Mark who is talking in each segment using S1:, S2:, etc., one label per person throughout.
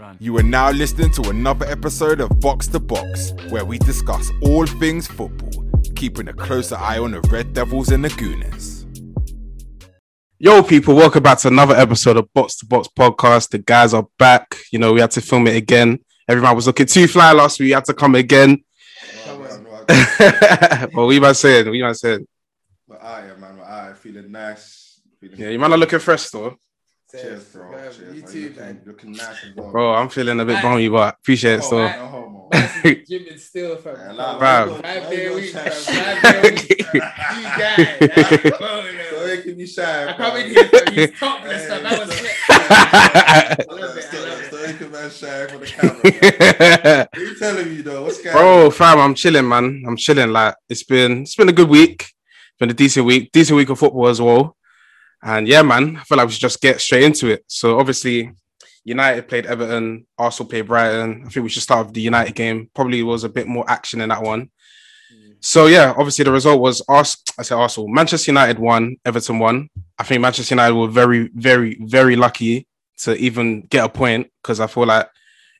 S1: Run.
S2: You are now listening to another episode of Box to Box, where we discuss all things football, keeping a closer eye on the Red Devils and the Gooners.
S3: Yo, people, welcome back to another episode of Box to Box podcast. The guys are back. You know, we had to film it again. Everyone was looking too fly last week. We had to come again. well, we might saying, we might saying.
S4: My eye, yeah, man. My eye feeling nice. Feeling
S3: Yeah, you might not looking fresh though.
S4: Cheers, bro.
S5: Bruv,
S4: Cheers,
S5: you
S4: bro.
S5: too,
S4: looking,
S5: man.
S4: looking nice as well.
S3: Bro, I'm feeling a bit bummy, but appreciate it.
S5: Oh,
S3: So
S5: man.
S4: No homo.
S5: That's the gym and still from
S4: Yeah, nah,
S3: Bruv.
S5: Five
S4: Why
S5: day
S4: you
S5: week,
S4: gonna
S5: bruv.
S4: shine?
S5: Five day week. bruv. You guy.
S4: So
S5: Bro,
S4: it can be shy.
S5: I
S4: bruv.
S5: come in here, bruv, he's topless,
S4: Hey,
S5: bruv. That was
S4: so-
S5: it. I love it, I
S4: So-
S5: love
S4: so
S5: it.
S4: it can man shy for the camera. bruv. What you telling me though? What's going on?
S3: Bro, fam, I'm chilling, man. I'm chilling. Like it's been it's been a good week. It's been a decent week, decent week of football as well. And yeah, man, I feel like we should just get straight into it. So obviously, United played Everton, Arsenal played Brighton. I think we should start with the United game. Probably was a bit more action in that one. So yeah, obviously the result was Ars- I said Arsenal. Manchester United won, Everton won. I think Manchester United were very, very, very lucky to even get a point because I feel like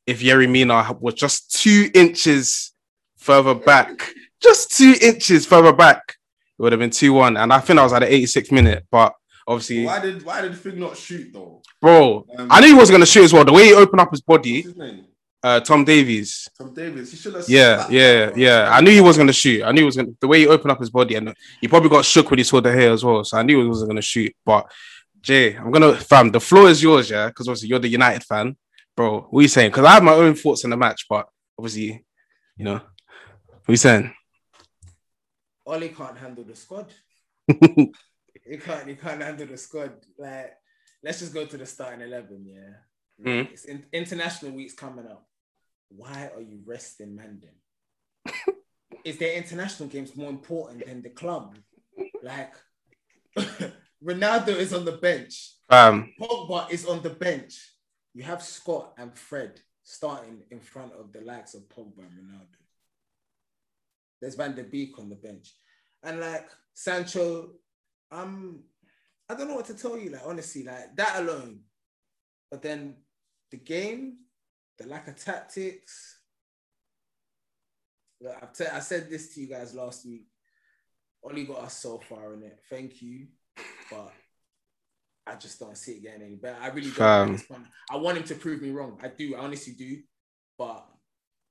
S3: if Yerry Mina was just two inches further back, just two inches further back, it would have been 2 1. And I think I was at the 86th minute, but obviously,
S4: Why did why did Fig not shoot though?
S3: bro,
S4: Um,
S3: I knew he wasn't going to shoot as well. The way he opened up his body,
S4: what's his name?
S3: uh, Tom Davies,
S4: Tom Davis. He should have.
S3: yeah,
S4: slapped
S3: yeah,
S4: that, bruv.
S3: yeah. I knew he was gonna shoot. I knew he was gonna the way he opened up his body, and he probably got shook when he saw the hair as well. So I knew he wasn't gonna shoot. But Jay, I'm gonna fam. The floor is yours, yeah, because obviously you're the United fan, bro. What are you saying? Because I have my own thoughts on the match, but obviously, you know, what are you saying?
S5: Ollie can't handle the squad. he can't. He can't handle the squad. Like, let's just go to the starting eleven. Yeah,
S3: Mhm.
S5: it's in, international week's coming up. Why are you resting Mandan? Is their international games more important than the club? Like, Ronaldo is on the bench.
S3: Um,
S5: Pogba is on the bench. You have Scott and Fred starting in front of the likes of Pogba and Ronaldo. There's Van der Beek on the bench. And like Sancho, um, I don't know what to tell you, like honestly, like that alone. But then the game, the lack of tactics. Look, I've t- I said this to you guys last week. Only got us so far in it. Thank you. But I just don't see it getting any better. I really don't at
S3: Fam.
S5: this point. I want him to prove me wrong. I do. I honestly do. But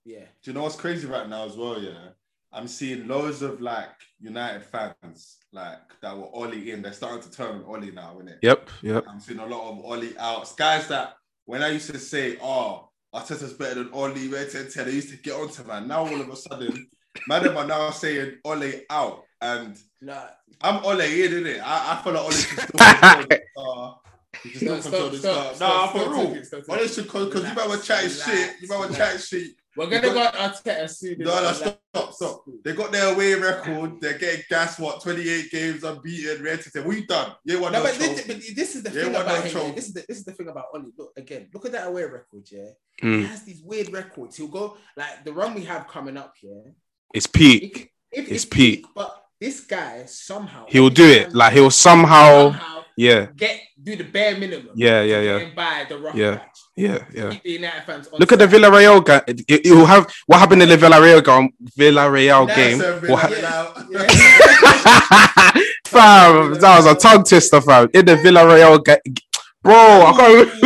S5: yeah.
S4: Do you know what's crazy right now as well? Yeah, I'm seeing loads of like United fans like that were Ollie in. They're starting to turn on Ollie now, isn't it?
S3: yep, yep.
S4: I'm seeing a lot of Ollie outs. Guys that when I used to say, oh, Arteta's better than Ollie, Red Ten Ten, I used to get onto man. Now all of a sudden, madam are now saying Ollie out. And
S5: Like,
S4: I'm Ollie in, innit? I, I feel like Ollie should still control the star. He should still
S5: Stop,
S4: control the star. Nah,
S5: stop, stop, stop,
S4: for
S5: stop
S4: real.
S5: talking, stop talking.
S4: Ollie should, because you
S5: Relax,
S4: better chat
S5: relax,
S4: shit. You better
S5: relax.
S4: chat shit.
S5: We're gonna go on Arteta soon.
S4: No, no, stop, stop, stop. They got their away record. They're getting gas, what, 28 games unbeaten, Red Ten Ten. We done. You won
S5: No,
S4: no,
S5: but
S4: trophy.
S5: this, but this is the
S4: Yeah,
S5: thing
S4: why
S5: about
S4: not
S5: him.
S4: Chelsea?
S5: yeah. This is the, this is the thing about Oli. Look again. Look at that away record. Yeah, he
S3: Mm.
S5: has these weird records. He'll go like the run we have coming up here.
S3: It's
S5: It,
S3: peak.
S5: could- if
S3: It's peak.
S5: but this guy somehow
S3: He'll do it. Like he'll somehow.
S5: somehow
S3: Yeah,
S5: get do the bare minimum.
S3: yeah, yeah, yeah,
S5: And buy the rough
S3: Yeah,
S5: patch.
S3: yeah, yeah.
S5: Keep the United fans on
S3: Look at the
S5: side.
S3: Villarreal game. You'll have what happened in the Villarreal game. Villarreal game. What hap-
S5: Yeah.
S3: fam, that was a tongue twister, fam. In the Villarreal game, bro. I can't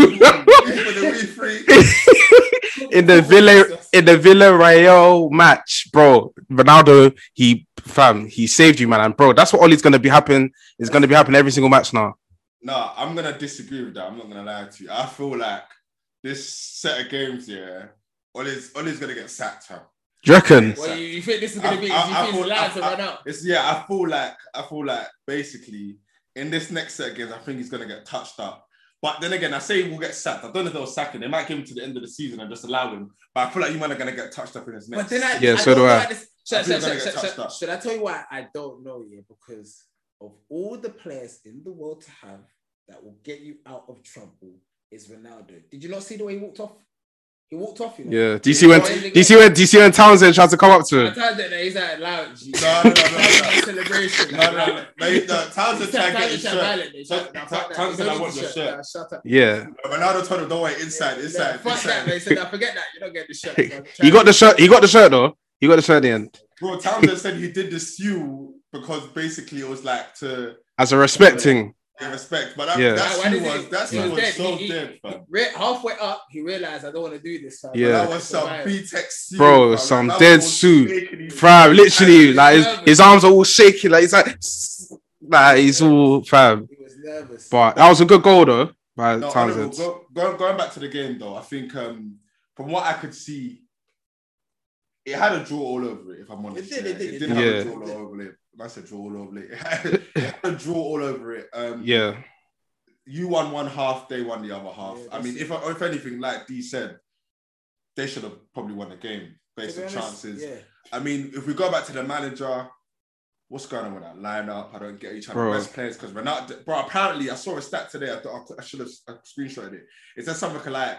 S3: in the Villa in the Villarreal match, bro. Ronaldo, he fam, he saved you, man. And bro, that's what Ollie's gonna be happening. It's gonna be happening every single match now.
S4: No, I'm gonna disagree with that. I'm not gonna lie to you. I feel like this set of games, yeah, Ollie's Ollie's gonna get sacked. Huh?
S3: Do you reckon?
S5: Well, you, you think this is gonna
S4: I-
S5: be?
S4: I-
S5: you
S4: I
S5: think
S4: thought-
S5: it's allowed to
S4: I-
S5: run out?
S4: It's yeah. I feel like I feel like basically in this next set of games, I think he's gonna get touched up. But then again, I say we'll get sacked. I don't know if they'll sack him. They might give him to the end of the season and just allow him. But I feel like you man are gonna get touched up in his next.
S5: But then I,
S3: Yeah,
S5: I
S3: so do
S5: don't
S3: I.
S5: like this- Should,
S4: I
S5: I
S4: think
S5: should,
S4: we're gonna
S5: should, should,
S4: get
S5: should,
S4: touched up.
S5: should I tell you why I don't know yet? Because of all the players in the world to have that will get you out of trouble is Ronaldo. Did you not see the way he walked off? He walked off, you know.
S3: Yeah, DC went.
S5: Ending it.
S3: DC went. DC went. Townsend tried to come up to
S5: I
S3: him.
S5: tried that. He's like loud. G.
S4: No, no, no, no, no.
S5: Celebration.
S4: No, no, no. Mate, no,
S5: He's
S4: Townsend
S5: like,
S4: tried to get his
S5: Townsend
S4: shirt.
S5: violent, they shut- nah, fuck that.
S4: Townsend,
S5: He's
S4: I
S5: only
S4: want
S5: the
S4: your shirt.
S5: Nah, Shut up.
S3: Yeah,
S4: Ronaldo told him, don't worry, inside,
S5: Nah,
S4: inside,
S5: Fuck that,
S4: inside.
S5: man. He said, "Nah, forget that. You don't get the shirt. man."
S3: he got the shirt. He got the shirt though. He got the shirt at the end
S4: Bro, Townsend said he did this you because basically it was like to
S3: as a respect thing.
S4: give respect. But that,
S3: Yeah.
S4: that
S5: Why
S4: shoe
S5: did he-
S4: was, that
S5: he
S4: shoe
S5: was
S4: was
S5: dead.
S4: so
S5: He- he-
S4: dead, fam.
S5: Re- halfway up, he realized I don't want to do this. fam."
S3: Yeah.
S4: That was some
S5: Right.
S4: pretext, suit,
S3: Bro,
S4: fam.
S3: some
S4: That
S3: dead
S4: was
S3: suit.
S4: shaking his-
S3: Fam, literally, like his,
S5: nervous.
S3: his arms are all shaking. Like he's like, like he's all fam.
S5: He was nervous.
S3: But that was a good goal though by
S4: No, honourable.
S3: Townsend.
S4: Go, go, going back to the game though, I think um, from what I could see, it had a draw all over it. If I'm honest,
S5: did,
S4: yeah.
S5: it did,
S4: it
S5: it
S4: did
S5: did.
S4: have
S3: Yeah.
S4: a draw all over it. That's a draw all over it. It had, it had a draw all over it. Um,
S3: Yeah,
S4: you won one half, they won the other half.
S5: Yeah,
S4: I mean, if if anything, like D said, they should have probably won the game
S5: To
S4: based
S5: be
S4: on
S5: honest,
S4: chances.
S5: Yeah.
S4: I mean, if we go back to the manager, what's going on with that lineup? I don't get each other
S3: Bro.
S4: best players because Ronaldo. Bro, apparently I saw a stat today. I thought I, should have screenshotted it. It said something like,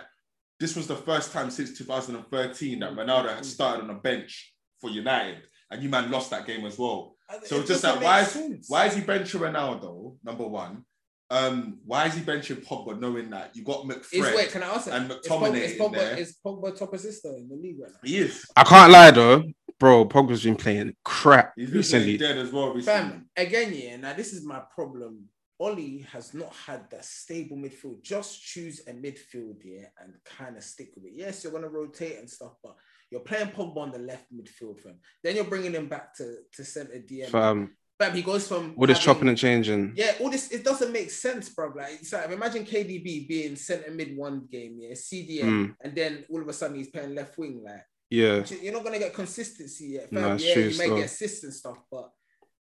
S4: "This was the first time since 2013 that Ronaldo had started on a bench for United, and you man lost that game as well. So
S5: It
S4: just
S5: doesn't
S4: like, why
S5: make
S4: is-
S5: sense.
S4: Why is he benching Ronaldo? Number one, um, why is he benching Pogba, knowing that you got
S5: Is wait,
S4: McFred
S5: can I ask?
S4: and
S5: Is Pogba, is
S4: McTominay in
S5: Pogba,
S4: there?
S5: is Pogba top assistant in the league right now?
S4: He is.
S3: I can't lie though, bro. Pogba's been playing crap
S4: He's been playing
S3: recently.
S4: dead as well recently.
S5: Fam, again, yeah. Now this is my problem. Ollie has not had that stable midfield. Just choose a midfield here and kind of stick with it. Yes, you're gonna rotate and stuff, but you're playing Pogba on the left midfield, fam. Then you're bringing him back to to centre DM.
S3: Fam,
S5: Fam, he goes from
S3: all this
S5: having-
S3: um, chopping and changing.
S5: Yeah, all this it doesn't make sense, bro. Like, it's like imagine KDB being centre mid one game, yeah, CDM,
S3: Mm,
S5: and then all of a sudden he's playing left wing. Like,
S3: yeah,
S5: you're not gonna get consistency yet.
S3: No,
S5: Fam.
S3: it's
S5: yeah,
S3: true
S5: you may
S3: still.
S5: get assists and stuff, but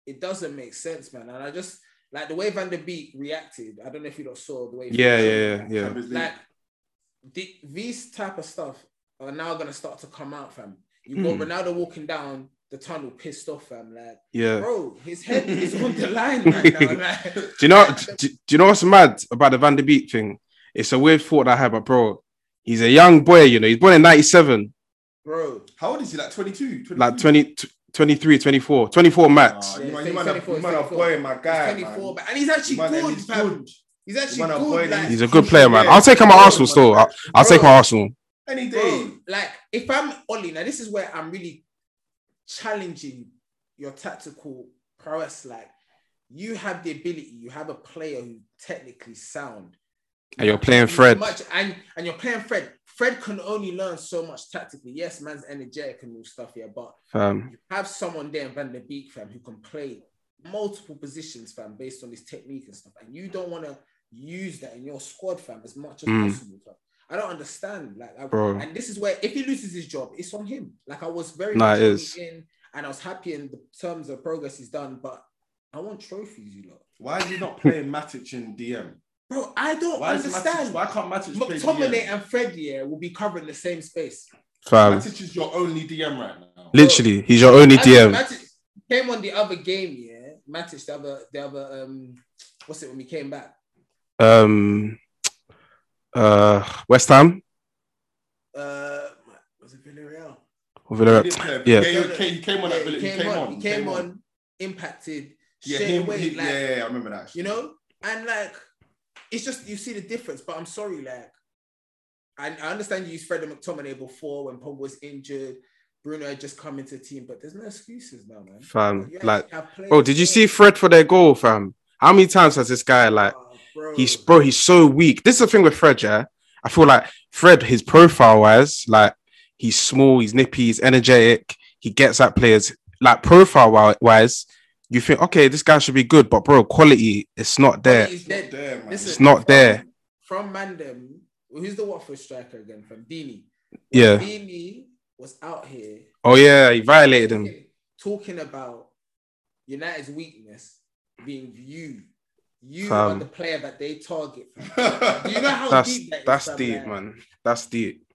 S5: it doesn't make sense, man. And I just like the way Van der Beek reacted. I don't know if you lot saw the way. he
S3: yeah,
S5: reacted.
S3: yeah, yeah, yeah.
S4: Champions League.
S5: Like the, these type of stuff are now gonna start to come out, fam. You
S3: Mm.
S5: got Ronaldo walking down the tunnel, pissed off, fam. Like,
S3: yeah.
S5: bro, his head is on the line right now. Like,
S3: Do you know? Do, do you know what's mad about the Van der Beek thing? It's a weird thought I had, but bro, he's a young boy. You know, he's born in '97,
S5: bro.
S4: How old is he? Like 22? 22?
S3: like 20, 23, 24, 24 max.
S4: Oh,
S5: Yeah,
S4: you man,
S5: he's
S4: you man, a-
S5: 24,
S4: you man, a
S5: 24.
S4: boy, my guy.
S5: he's 24,
S4: man.
S5: but and he's actually
S4: You man,
S5: good,
S4: he's
S5: fam.
S4: good.
S5: He's actually
S4: Man, a boy
S5: good.
S4: that
S5: Like,
S4: is-
S3: He's a good player, man. I'll take him at Arsenal still. I'll, I'll take him at Arsenal.
S4: Any day.
S5: bro, like if I'm Ollie, now this is where I'm really challenging your tactical prowess. Like you have the ability, you have a player who's technically sound.
S3: And you're playing
S5: You
S3: Fred.
S5: Much, and, and you're playing Fred. Fred can only learn so much tactically. Yes, man's energetic and all stuff here, but
S3: Fam,
S5: you have someone there in Van der Beek, fam, who can play multiple positions, fam, based on his technique and stuff. And you don't want to use that in your squad, fam, as much as
S3: Mm.
S5: possible, fam. I don't understand. Like, I,
S3: Bro.
S5: and this is where if he loses his job, it's on him. Like, I was very
S3: Nah,
S5: much
S3: it is.
S5: in, and I was happy in the terms of progress he's done, but I want trophies, you know.
S4: Why is he not playing Matic in DM?
S5: Bro, I don't
S4: Why, is Matic,
S5: understand.
S4: why can't Matic play
S5: McTominay
S4: DM?
S5: and Fred yeah, will be covering the same space.
S3: fam.
S4: Matic is your only DM right now.
S3: Literally, he's your only
S5: Matic,
S3: DM.
S5: Matic came on the other game, yeah. Matic, the other, the other, um, what's it when we came back?
S3: Um, uh, West Ham.
S5: Uh, was it Villarreal?
S3: Or
S4: He
S3: Villarreal.
S4: didn't play, but
S3: Yeah.
S4: He came, he came on
S5: Yeah,
S4: that
S5: he
S4: village.
S5: came, on, he came on, impacted
S4: Yeah,
S5: straight
S4: him-
S5: away,
S4: he-
S5: like
S4: yeah, yeah, I remember that.
S5: you know, and like it's just you see the difference. But I'm sorry, like I, I understand you used Fred and McTominay before when Pogba was injured. Bruno had just come into the team, but there's no excuses now, man.
S3: Fam,
S5: You
S3: like,
S5: actually have players
S3: bro, did you
S5: there.
S3: see Fred for their goal, fam? How many times has this guy like?
S5: Oh, bro.
S3: He's bro, he's so weak. This is the thing with Fred, yeah. I feel like Fred, his profile wise, like he's small, he's nippy, he's energetic, he gets at players. Like profile wi- wise, you think, okay, this guy should be good, but bro, quality it's not there.
S5: He's
S4: It's not
S5: dead.
S4: there, man.
S5: Listen,
S3: It's not there.
S5: From Mandem, who's the Watford striker again? From Dini.
S3: Yeah.
S5: Dini was out here
S3: Oh yeah, he violated him.
S5: talking- talking about United's weakness being you. You
S3: Fam.
S5: are the player that they target. Do you
S4: Bro,
S5: know how
S3: That's
S5: deep that is?
S3: that's
S5: fam?
S3: deep,
S5: Like,
S3: man. That's deep.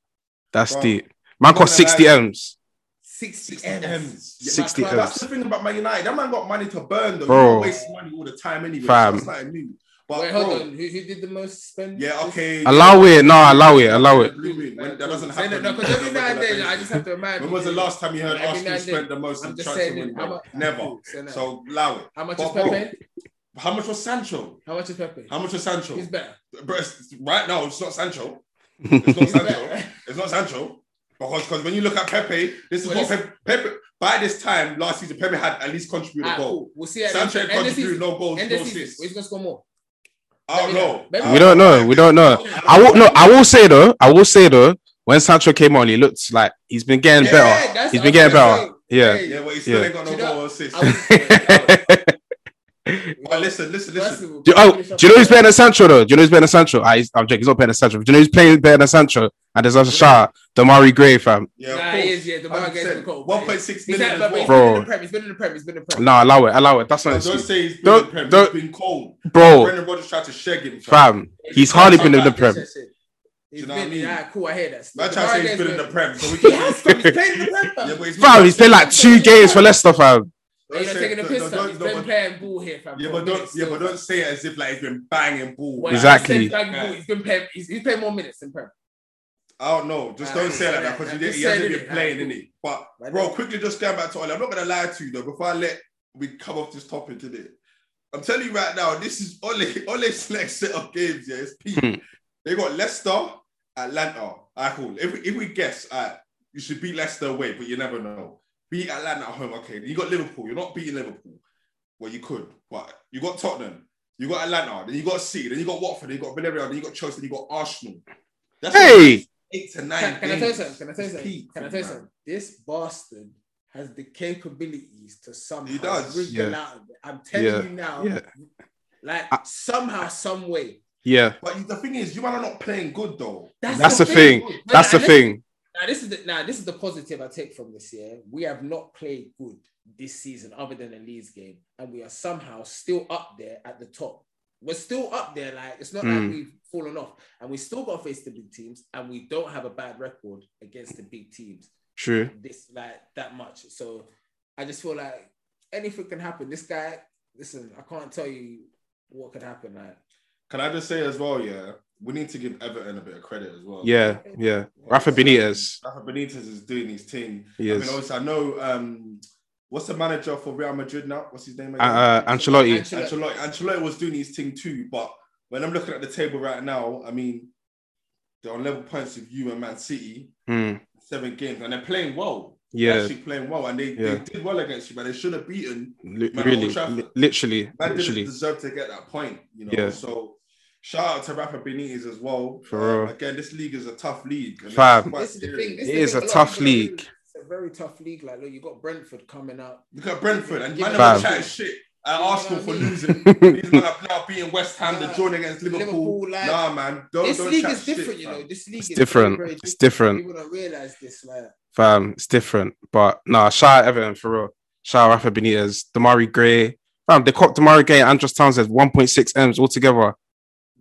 S3: That's
S4: Bro,
S3: deep. Man
S4: I'm
S3: cost
S4: not
S3: 60
S4: gonna
S3: M's.
S5: 60
S4: 60
S5: M's.
S4: M's. Yeah,
S3: 60
S4: that's- That's the thing about Man United. That man got money to burn, though.
S3: Bro.
S4: He waste money all the time anyway.
S3: Fam.
S4: So it's like new. But
S5: Wait,
S4: bro,
S5: hold on. Who, who did the most spend?
S4: yeah, okay.
S3: Allow it. No, allow it. Allow it.
S4: Blue moon, when- that doesn't
S5: Say
S4: happen.
S5: No, because every now and then I just have to remind.
S4: When was the
S5: you.
S4: last time you heard
S5: Every now
S4: Arsenal
S5: and then.
S4: spend the most
S5: I'm
S4: in
S5: just
S4: transfer
S5: saying. How
S4: window?
S5: much,
S4: Never.
S5: So, no.
S4: So allow it.
S5: how much
S4: But
S5: is
S4: bro,
S5: Pepe?
S4: How much was Sancho?
S5: How much is Pepe?
S4: How much was Sancho?
S5: He's better.
S4: Bro, it's- right now, it's not Sancho. It's not
S5: He's
S4: Sancho.
S5: better.
S4: It's not Sancho. Because, because when you look at Pepe, this is
S5: Well,
S4: what Pepe, Pepe. By this time last season, Pepe had at least contributed
S5: Ah,
S4: a goal.
S5: cool. We'll see. at the
S4: Sancho
S5: end of
S4: contributed
S5: season.
S4: no goals,
S5: End
S4: no
S5: of season. He's
S4: assists.
S5: gonna score more.
S4: I
S5: Maybe
S4: don't know.
S5: not. Maybe
S4: I
S5: not.
S3: We don't know. We don't know. I will no. I will say though. I will say though. When Sancho came on, he looked like he's been getting
S4: Yeah,
S3: better.
S5: that's-
S3: He's been
S5: I was
S3: getting
S5: gonna
S3: better. Yeah.
S4: Yeah, but he still
S3: Yeah.
S4: ain't got no
S5: Do you know-
S4: goal or assist.
S5: I was-
S4: But listen, listen,
S5: First
S4: listen.
S5: of all,
S3: Do, oh,
S5: finish
S3: do you
S5: up-
S3: know who's better than Sancho though? Do you know who's better than Sancho? Ah, he's, I'm joking. He's not better than Sancho. Do you know who's playing better than Sancho? And there's also Shah, Damari Gray, fam.
S4: Yeah,
S5: Nah,
S4: of
S5: he
S4: course.
S5: is, yeah, the bar gets the goal.
S4: 1.6
S5: He's
S4: million
S5: had-
S4: as
S5: but he's
S4: well.
S3: Bro.
S5: been in the prem. He's been in the prem. He's been in the prem.
S3: No, allow it. Allow it. That's not.
S4: No,
S3: an
S4: Don't
S3: excuse.
S4: say he's been
S3: Don't-
S4: in the Prem.
S3: don't-
S4: he's been cold.
S3: Bro,
S4: Brendan Rodgers tried to shag him.
S3: fam, he's hardly been in the prem.
S5: He's
S4: you know
S5: been,
S4: what I mean?
S5: yeah, cool. I hear that.
S4: Man tried to say he's been in the Prem. So we
S5: He
S4: can
S5: has been. He's played in the prem. fam.
S4: Yeah, but he's
S3: Fam, he's played like two games for Leicester, fam.
S5: You're not
S4: say-
S5: taking a
S4: no,
S5: piss.
S4: no,
S5: fam.
S4: don't-
S5: He's
S4: no,
S5: been
S4: but-
S5: playing ball here, fam.
S4: Yeah,
S5: for
S4: but don't.
S5: minutes
S4: Yeah,
S5: still,
S4: but
S5: fam.
S4: don't say it as if like he's been banging ball.
S5: Well, I
S3: Exactly.
S5: said bang ball, He's been playing. He's, he's playing more minutes in prem.
S4: I don't know. Just
S5: Nah,
S4: don't say it like
S5: nah,
S4: that because
S5: nah,
S4: he,
S5: just
S4: didn't- he
S5: say it,
S4: hasn't been
S5: innit? Nah,
S4: playing,
S5: cool.
S4: innit? But
S5: Like
S4: bro,
S5: that.
S4: quickly just going back to Oli. I'm not gonna lie to you though. Before I let we come off this topic today, I'm telling you right now, this is Ole Ole's next set of games. Yeah, it's peak.
S3: Hmm.
S4: They got Leicester, Atlanta. All right, cool. If, we- if we guess, all right, you should beat Leicester away, but you never know. Beat Atlanta at home. Okay, you got Liverpool. You're not beating Liverpool. Well, you could, but you got Tottenham. You got Atlanta. Then you got City. Then you got Watford. Then you got Villarreal. Then you got Chelsea. Then you got Arsenal. That's
S3: Hey,
S4: eight to nine.
S5: Can, can I tell you
S4: games.
S5: something? Can I tell you
S4: It's
S5: something?
S4: peak,
S5: Can I tell you
S4: man.
S5: something? This bastard has the capabilities to somehow
S4: He does.
S5: wriggle
S3: Yeah.
S5: out of it. I'm telling
S3: Yeah.
S5: you now.
S3: Yeah.
S5: Like
S3: I-
S5: somehow, some way.
S3: yeah,
S4: But you- the thing is, you man are not playing good though.
S3: That's the thing.
S4: Good.
S3: that's the
S5: And-
S3: thing.
S5: Now this is the now this is the positive I take from this year. We have not played good this season, other than the Leeds game, and we are somehow still up there at the top. We're still up there. Like it's not
S3: Hmm.
S5: like we've fallen off, and we still got to face the big teams, and we don't have a bad record against the big teams.
S3: True.
S5: This like that much. So I just feel like anything can happen. This guy, listen, I can't tell you what could happen. Like
S4: Can I just say as well, yeah, we need to give Everton a bit of credit as well.
S3: Yeah, yeah. Rafa Benitez.
S4: Rafa Benitez is doing his thing.
S3: He
S4: I
S3: is.
S4: mean,
S3: Uh,
S4: obviously, I know um, what's the manager for Real Madrid now? What's his name? Again?
S3: uh, Ancelotti.
S4: Ancelotti. Ancelotti was doing his thing too, but when I'm looking at the table right now, I mean, they're on level points with you and Man City,
S3: Hmm.
S4: seven games, and they're playing well. They're
S3: Yeah,
S4: actually playing well, and they,
S3: Yeah.
S4: they did well against you, but they should have beaten
S3: li-
S4: Man,
S3: really,
S4: Old Trafford.
S3: li- literally,
S4: Man
S3: literally.
S4: didn't deserve to get that point, you know.
S3: Yeah.
S4: So shout out to Rafa Benitez as well. Uh,
S3: For real.
S4: Again, this league is a tough league. and
S3: Fam.
S4: it's quite
S5: this is the
S4: serious.
S5: thing. This
S3: It
S5: the
S3: is
S5: thing
S3: a
S5: lot of
S3: tough
S5: people don't
S3: league.
S5: realize. It's a very tough league. Like look, you got Brentford coming up.
S4: Look at Brentford and
S5: Yeah.
S4: man are
S3: Fam.
S4: chatting shit at
S5: You know
S4: Arsenal for
S5: what I mean?
S4: losing. These men are now beating West Ham.
S5: Nah,
S4: They're joining against Liverpool.
S5: Liverpool, like,
S4: nah, man. Don't,
S5: this
S4: don't
S5: league
S4: chat
S5: is different,
S4: shit,
S5: you know.
S4: fam.
S5: This league
S3: It's
S5: is
S3: different.
S5: very, very
S3: It's different,
S5: People don't realize this. Like,
S3: fam. It's different. But nah, shout out Everton for real. Shout out Rafa Benitez, Damari Gray. Fam, they caught Damari Gray and Andros Townsend 1.6 M's altogether.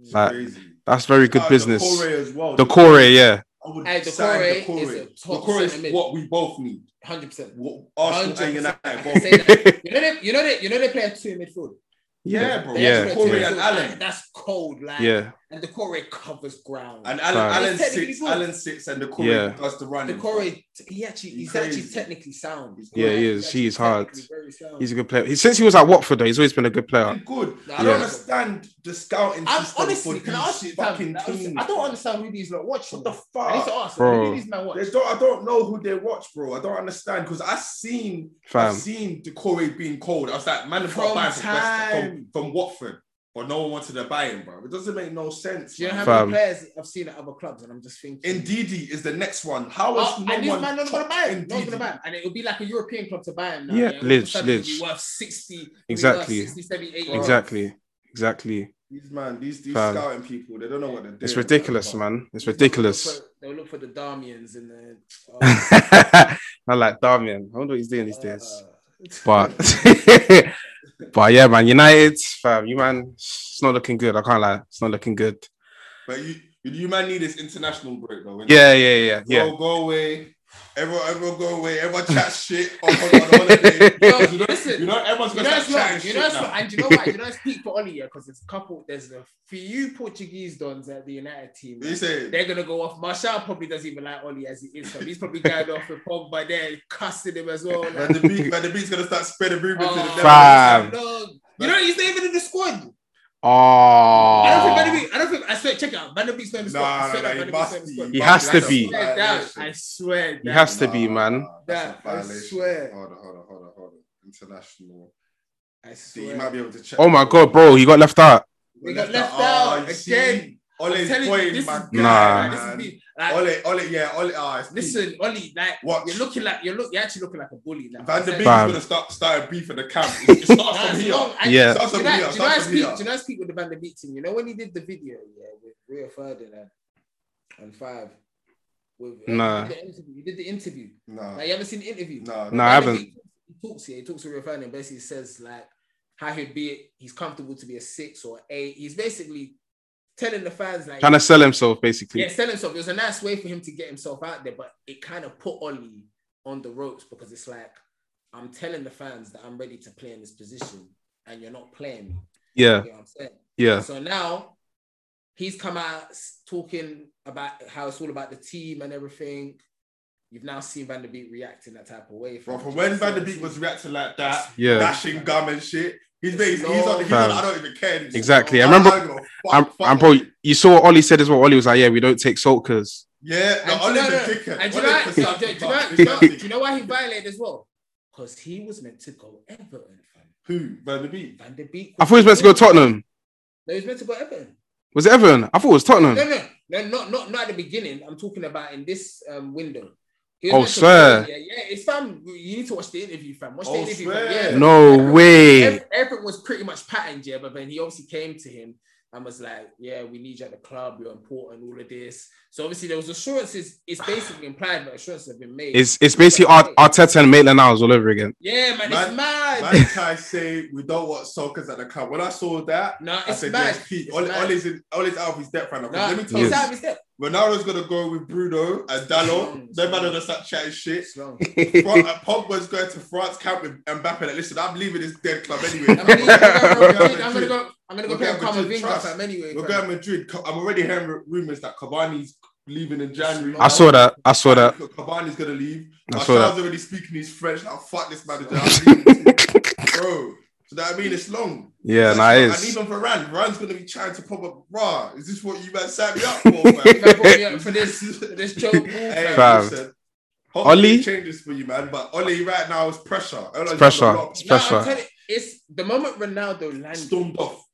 S4: It's
S3: Like,
S4: crazy.
S3: That's very good
S4: Shout out
S3: business.
S4: Decore as well.
S3: The core, yeah.
S4: I would
S5: Hey, Decore
S4: sign
S5: is
S4: Decore.
S5: a top
S4: Decore is
S5: centre-mid.
S4: what we both need.
S5: hundred percent.
S4: What Arsenal and
S5: 100%.
S4: United
S5: I
S4: both.
S5: say that. You know they, you know they, you know they play a two in midfield.
S4: Yeah, bro.
S5: They
S3: Yeah,
S5: actually
S4: Decore
S5: play a two
S4: and
S5: midfield.
S4: Allen.
S5: Like, That's cold, like.
S3: yeah.
S5: And the Corey covers ground.
S4: And Alan,
S5: And
S3: Fam.
S4: Alan
S5: He's technically
S4: sits,
S5: good.
S4: Alan sits, and the Corey
S3: Yeah.
S4: does the
S5: the
S4: running.
S5: Corey, he actually, he's,
S4: He's
S5: actually
S4: crazy.
S5: technically sound.
S4: He's
S3: Yeah, he
S5: Like,
S3: is.
S5: actually
S3: He is hard.
S5: technically very sound.
S3: He's a good player. He, since he was at Watford, though, he's always been a good player.
S4: Pretty good.
S5: Nah,
S4: I
S3: yeah.
S4: don't understand the scouting
S5: I'm
S4: system
S5: honestly,
S4: for
S5: can I ask you,
S4: these fucking
S5: fam, I was-
S4: teams.
S5: I don't understand who these lot watch.
S4: What the
S5: I need to
S4: fuck?
S5: ask
S3: Bro.
S5: who these man watch.
S4: They don't, I don't know who they watch, bro. I don't understand because I seen I've
S3: Fam.
S4: seen Decore being cold. I was like, man, if I
S5: From
S4: buy him from, West Ham,
S5: time.
S4: from, from Watford, but no one wanted to buy him, bro. It doesn't make no sense.
S5: Do you know
S4: man.
S5: how
S3: Fam.
S5: many players I've seen at other clubs, and I'm just thinking.
S4: Ndidi is the next one. How is
S5: Oh,
S4: no
S5: and this
S4: one
S5: man not gonna
S4: top
S5: buy him. No one's
S4: Ndidi?
S5: gonna buy him, and it'll be like a European club to buy him. Now,
S3: Yeah,
S5: All of a
S3: Lidge,
S5: sudden he'll be
S3: Lidge.
S5: worth 60, he'll be worth
S3: Exactly.
S5: 60, 70, 80.
S3: Exactly. Exactly.
S4: These man, these these
S3: Fam.
S4: scouting people, they don't know what they're doing.
S3: It's ridiculous,
S4: bro.
S3: man. It's
S5: They'll look
S3: ridiculous.
S5: for- They'll look for the Damians and the. oh,
S3: I like Damian. I wonder what he's doing these days.
S5: uh,
S3: But but yeah, man, United, fam, you man, it's not looking good. I can't lie. It's not looking good.
S4: But you, you, you might need this international break though. innit?
S3: Yeah, yeah, yeah, yeah.
S4: Go, go away. Everyone, everyone go away. Everyone chat shit on, on, on holiday.
S5: Yo,
S4: you, know,
S5: listen.
S4: you know, everyone's
S5: You
S4: gonna start
S5: know it's
S4: chatting
S5: not. You
S4: shit
S5: know it's
S4: now.
S5: not. And you know what? You know it's peak for Oli, yeah, because there's a couple. There's a few Portuguese dons at the United team.
S4: What you saying?
S5: They're gonna go off. Marshall probably doesn't even like Oli as he is. So he's probably going off with Pogba there, cussing him as well.
S4: Man,
S5: Like,
S4: the beat, man, the beat's gonna start spreading rumors to the
S5: oh,
S4: devil.
S3: Fam.
S5: no. You know he's not even in the squad. I don't think Van de
S3: Oh,
S5: Beek, I don't think I swear, check it out. Van de Beek's not in the squad.
S4: Nah,
S5: I swear
S4: nah, nah, he
S5: that Van de Beek's not
S4: must
S5: in the
S4: be.
S5: squad.
S3: He has to be.
S5: I swear down. I swear
S3: he
S5: down.
S3: has to be, man.
S5: That- I swear.
S4: Hold on, hold on, hold on, hold on. International.
S5: I
S4: See, you might
S5: swear.
S4: be able to check.
S3: oh my god, bro, he got left out.
S5: We got left out
S4: you
S5: again.
S4: see? Ole's
S5: I'm telling you,
S4: point,
S5: this
S4: my
S5: is
S4: guy.
S5: bad,
S3: Nah.
S5: man. This is me. Like,
S4: Ole, Ole, yeah, Ole. Ah, it's deep.
S5: listen, Oli, like
S4: Watch.
S5: you're looking like you're look, you're actually looking like a bully now.
S4: Van de Beek is
S3: Fam.
S4: gonna start starting beef in the camp. It
S5: Nah,
S4: starts from
S5: it's
S4: here.
S5: wrong. I-
S3: Yeah.
S5: Do
S4: Starts
S5: you
S4: from
S5: know,
S4: here.
S5: do you know I
S4: Starts from
S5: speak?
S4: here.
S5: Do you know I speak with the Van de Beek team? You know when he did the video, yeah, with Rio Ferdinand and five. With, uh,
S3: Nah.
S5: he did the interview. He did the interview.
S4: Nah,
S5: Like, you haven't seen the interview?
S4: nah,
S3: No, I
S5: Like,
S3: haven't.
S5: He, he talks here. He talks to Rafael and basically says like how he'd be. He's comfortable to be a six or eight. He's basically telling the fans like
S3: Trying to sell himself, basically.
S5: yeah, sell himself. It was a nice way for him to get himself out there, but it kind of put Oli on the ropes because it's like I'm telling the fans that I'm ready to play in this position, and you're not playing me.
S3: Yeah,
S5: You know what I'm saying?
S3: yeah.
S5: So now he's come out s- talking about how it's all about the team and everything. You've now seen Van der Beek react in that type of way.
S4: Bro, from when Van de Beek was reacting like that,
S3: Yeah.
S4: dashing gum and shit, he's basically he's
S5: No.
S4: on the he's on,
S3: Fam.
S4: I don't even care. anymore.
S3: Exactly. I remember-
S4: don't give a fuck,
S3: I'm,
S4: fuck
S3: I'm
S4: off.
S3: bro. You saw what Ollie said as well. Ollie was like, "Yeah, we don't take salt because
S4: Yeah, no,
S5: And
S4: Ole's
S5: do
S4: a
S5: you know-
S4: dickhead.
S5: And do you,
S4: Ole's a
S5: know, why- do, you- do you know,
S4: dickhead.
S5: do you know- do you know why he violated as well? Because he was meant to go Everton. fam.
S4: Who? Van de Beek.
S5: Van der Beek.
S3: I thought he was meant to go Tottenham.
S5: No, he was meant to go Everton.
S3: Was it Everton? I thought it was
S5: No,
S3: Tottenham.
S5: no, no, not not not at the beginning. I'm talking about in this um, window. He was
S3: Oh,
S5: meant to
S3: swear.
S5: go- Yeah, yeah, it's fam. You need to watch the interview, fam. Watch the
S4: Oh,
S5: interview,
S4: swear.
S5: fam. Yeah.
S3: No way.
S5: Ev- Everton was pretty much patterned, yeah, but then he obviously came to him and was like, Yeah, we need you at the club, you're important, all of this. So obviously there was assurances, it's basically implied, but assurances have been made.
S3: It's it's basically Ar- Arteta and Maitland Niles all over again.
S5: yeah, man,
S4: Man-
S5: it's mad.
S4: Man, I say we don't want sockers at the club. When I saw that,
S5: no,
S4: I
S5: it's
S4: said,
S5: mad.
S4: yes, Pete.
S5: It's
S4: Ole,
S5: mad.
S4: Ole's, in, Ole's out of his depth right now. 'Cause
S5: Nah,
S4: Let me
S5: it's
S4: tell you,
S5: out of his depth.
S4: Ronaldo's going to go with Bruno and Dallo.
S5: Mm.
S4: They're going to start chatting shit.
S5: It's long.
S4: Fran- uh, Pogba's going to France camp with Mbappe. Like, listen, I'm leaving this dead club anyway.
S5: I'm gonna- I'm gonna- I'm
S4: Madrid.
S5: gonna go. I'm gonna go
S4: We're
S5: play
S4: going Madrid,
S5: Kamavinga
S4: trust.
S5: fam anyway.
S4: We're
S5: fam.
S4: going Madrid. Co- I'm already hearing rumors that Cavani's leaving in January.
S5: I
S3: I saw that. I saw that.
S4: Cavani's going to leave.
S3: I saw that.
S4: Martial's already speaking his French. Now, fuck this manager. I'm leaving too. Bro, so that I mean, it's long.
S3: Yeah,
S4: That's
S3: nah, it
S4: not-
S3: is.
S4: And even Varane, Varane's gonna be trying to pop up. Rah, is this what you man signed me up for, man?
S5: They brought me up for this for this joke. Ooh,
S4: hey,
S5: fam.
S3: Fam.
S4: listen, hopefully
S3: Oli?
S4: it changes for you, man. But Oli, right now is pressure. It's
S3: pressure. It's
S5: Nah,
S3: pressure.
S5: I'm telling you, it's the moment Ronaldo landed.
S4: Stormed off.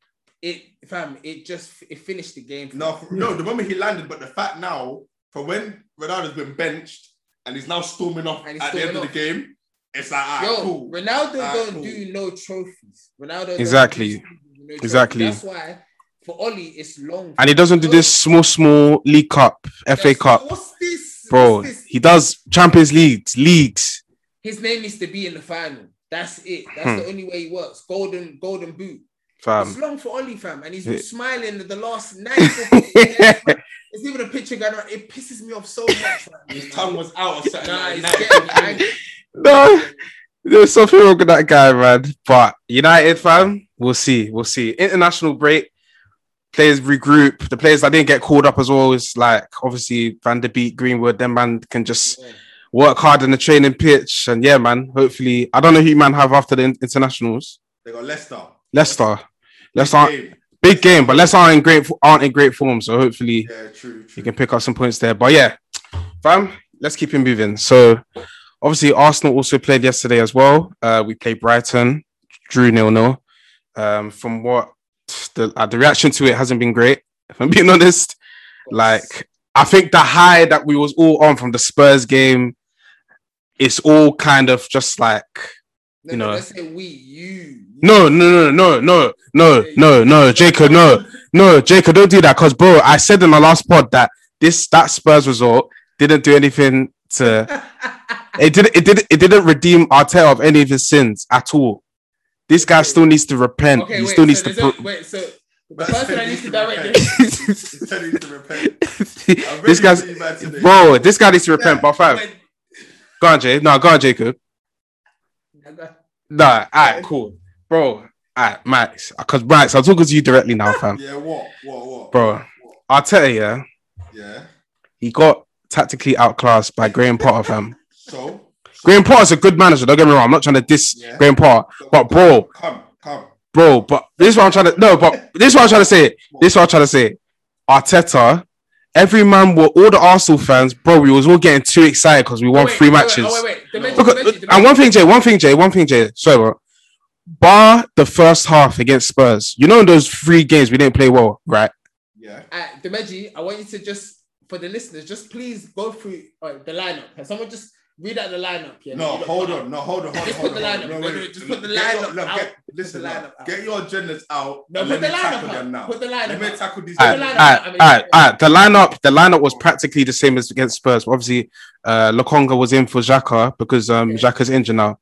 S5: It fam, it just it finished the game. for
S4: No,
S5: me.
S4: for- no. The moment he landed, but the fact now, from when Ronaldo's been benched and he's now storming off
S5: And he's
S4: at the end
S5: storming
S4: of the game, it's like, ah,
S5: Yo,
S4: cool.
S5: Ronaldo
S4: Ah,
S5: don't
S4: cool.
S5: do no trophies. Ronaldo don't
S3: Exactly.
S5: do no trophies.
S3: Exactly.
S5: That's why for Oli it's long.
S3: And he doesn't do this small, small League Cup, FA
S5: That's-
S3: Cup,
S5: What's this,
S3: bro.
S5: What's this?
S3: He does Champions Leagues, leagues.
S5: His name needs to be in the final. That's it. That's
S3: Hmm.
S5: the only way he works. Golden, golden boot. it's
S3: Fam,
S5: long for Oli, fam, and he's
S3: it-
S5: been smiling at the last night. It's even a picture going around. It pisses me off so much. Fam,
S4: His
S5: man.
S4: tongue was out or something.
S5: Nah,
S4: like
S5: it's
S4: that.
S5: getting me angry.
S3: no, there's something wrong with that guy, man. But United, fam, we'll see, we'll see. International break, players regroup. The players that didn't get called up as well is like obviously Van der Beek, Greenwood. Them man can just
S5: Yeah.
S3: work hard in the training pitch, and yeah, man. Hopefully, I don't know who man have after the in- internationals.
S4: They got Leicester.
S3: Leicester,
S4: Big
S3: Leicester, aren't-
S4: game.
S3: big game, but Leicester aren't in great aren't in great form. So hopefully,
S4: Yeah, true, true.
S3: you can pick up some points there. But yeah, fam, let's keep it moving. So obviously Arsenal also played yesterday as well. Uh, we played Brighton, drew nil nil. Um, from what the uh, the reaction to it hasn't been great. If I'm being honest, like I think the high that we was all on from the Spurs game, it's all kind of just like
S5: No,
S3: you
S5: no,
S3: know.
S5: let's say we, you.
S3: no, no, no, no, no, no, no, no, Jacob, no, no, Jacob, don't do that. Because bro, I said in the last pod that this that Spurs result didn't do anything to it didn't it didn't it didn't redeem Arteta of any of his sins at all. This guy still needs to repent.
S5: Okay,
S3: he
S5: wait,
S3: still
S5: so
S3: needs to.
S5: there's a- wait, so the
S4: That's
S5: person I
S4: it,
S5: need to
S4: you
S5: direct
S4: repent.
S5: this.
S4: He said he needs to repent. I'm really
S3: this guy's
S4: really mad today.
S3: bro. This guy needs to repent, but fam,
S4: When-
S3: Go on, Jay. No, go on, Jacob.
S6: I got-
S3: Nah, all right, cool. Bro, all right, Max. Because, Max, I'm talking to you directly now, fam.
S4: Yeah, what? What? What?
S3: Bro, Arteta, yeah,
S4: Yeah.
S3: he got tactically outclassed by Graham Potter, fam.
S4: So
S3: Graham Potter's a good manager, don't get me wrong. I'm not trying to diss
S4: Yeah.
S3: Graham Potter. But, bro,
S4: come, come.
S3: bro, but this is what I'm trying to... No, but this is what I'm trying to say. This is what I'm trying to say. Arteta, every man, were all the Arsenal fans, bro, we was all getting too excited because we won
S5: Oh, wait,
S3: three
S5: oh, wait,
S3: matches.
S5: Oh, wait, wait. Dimension,
S3: Because-
S5: dimension, dimension.
S3: and one thing, Jay, one thing, Jay, one thing, Jay. Sorry, bro. Bar the first half against Spurs, you know, in those three games we didn't play well, right?
S4: Yeah.
S5: Alright, Demeji, Uh, I want you to just, for the listeners, just please go through uh, the lineup. Can someone just read out the lineup? Yeah?
S4: No, hold on. No, hold on. Hold on.
S5: Just
S4: hold
S5: put
S4: on,
S5: the
S4: hold on.
S5: lineup.
S4: No,
S5: No,
S4: wait.
S5: no, just put the
S4: Get your-
S5: lineup
S4: look, get-
S5: out.
S4: Listen,
S5: Put the
S4: now.
S5: lineup out.
S4: get your agendas out.
S5: No,
S4: and let
S5: put the
S4: me tackle
S5: lineup
S4: them
S5: out.
S4: now.
S5: Put the
S4: Let me
S5: lineup out.
S4: tackle these.
S5: Put
S3: Alright,
S5: the
S4: guys.
S5: lineup
S3: alright,
S5: out. I mean,
S3: alright, alright. The lineup, the lineup was practically the same as against Spurs. Obviously, uh, Lokonga was in for Xhaka because um,
S5: Okay.
S3: Xhaka's injured now,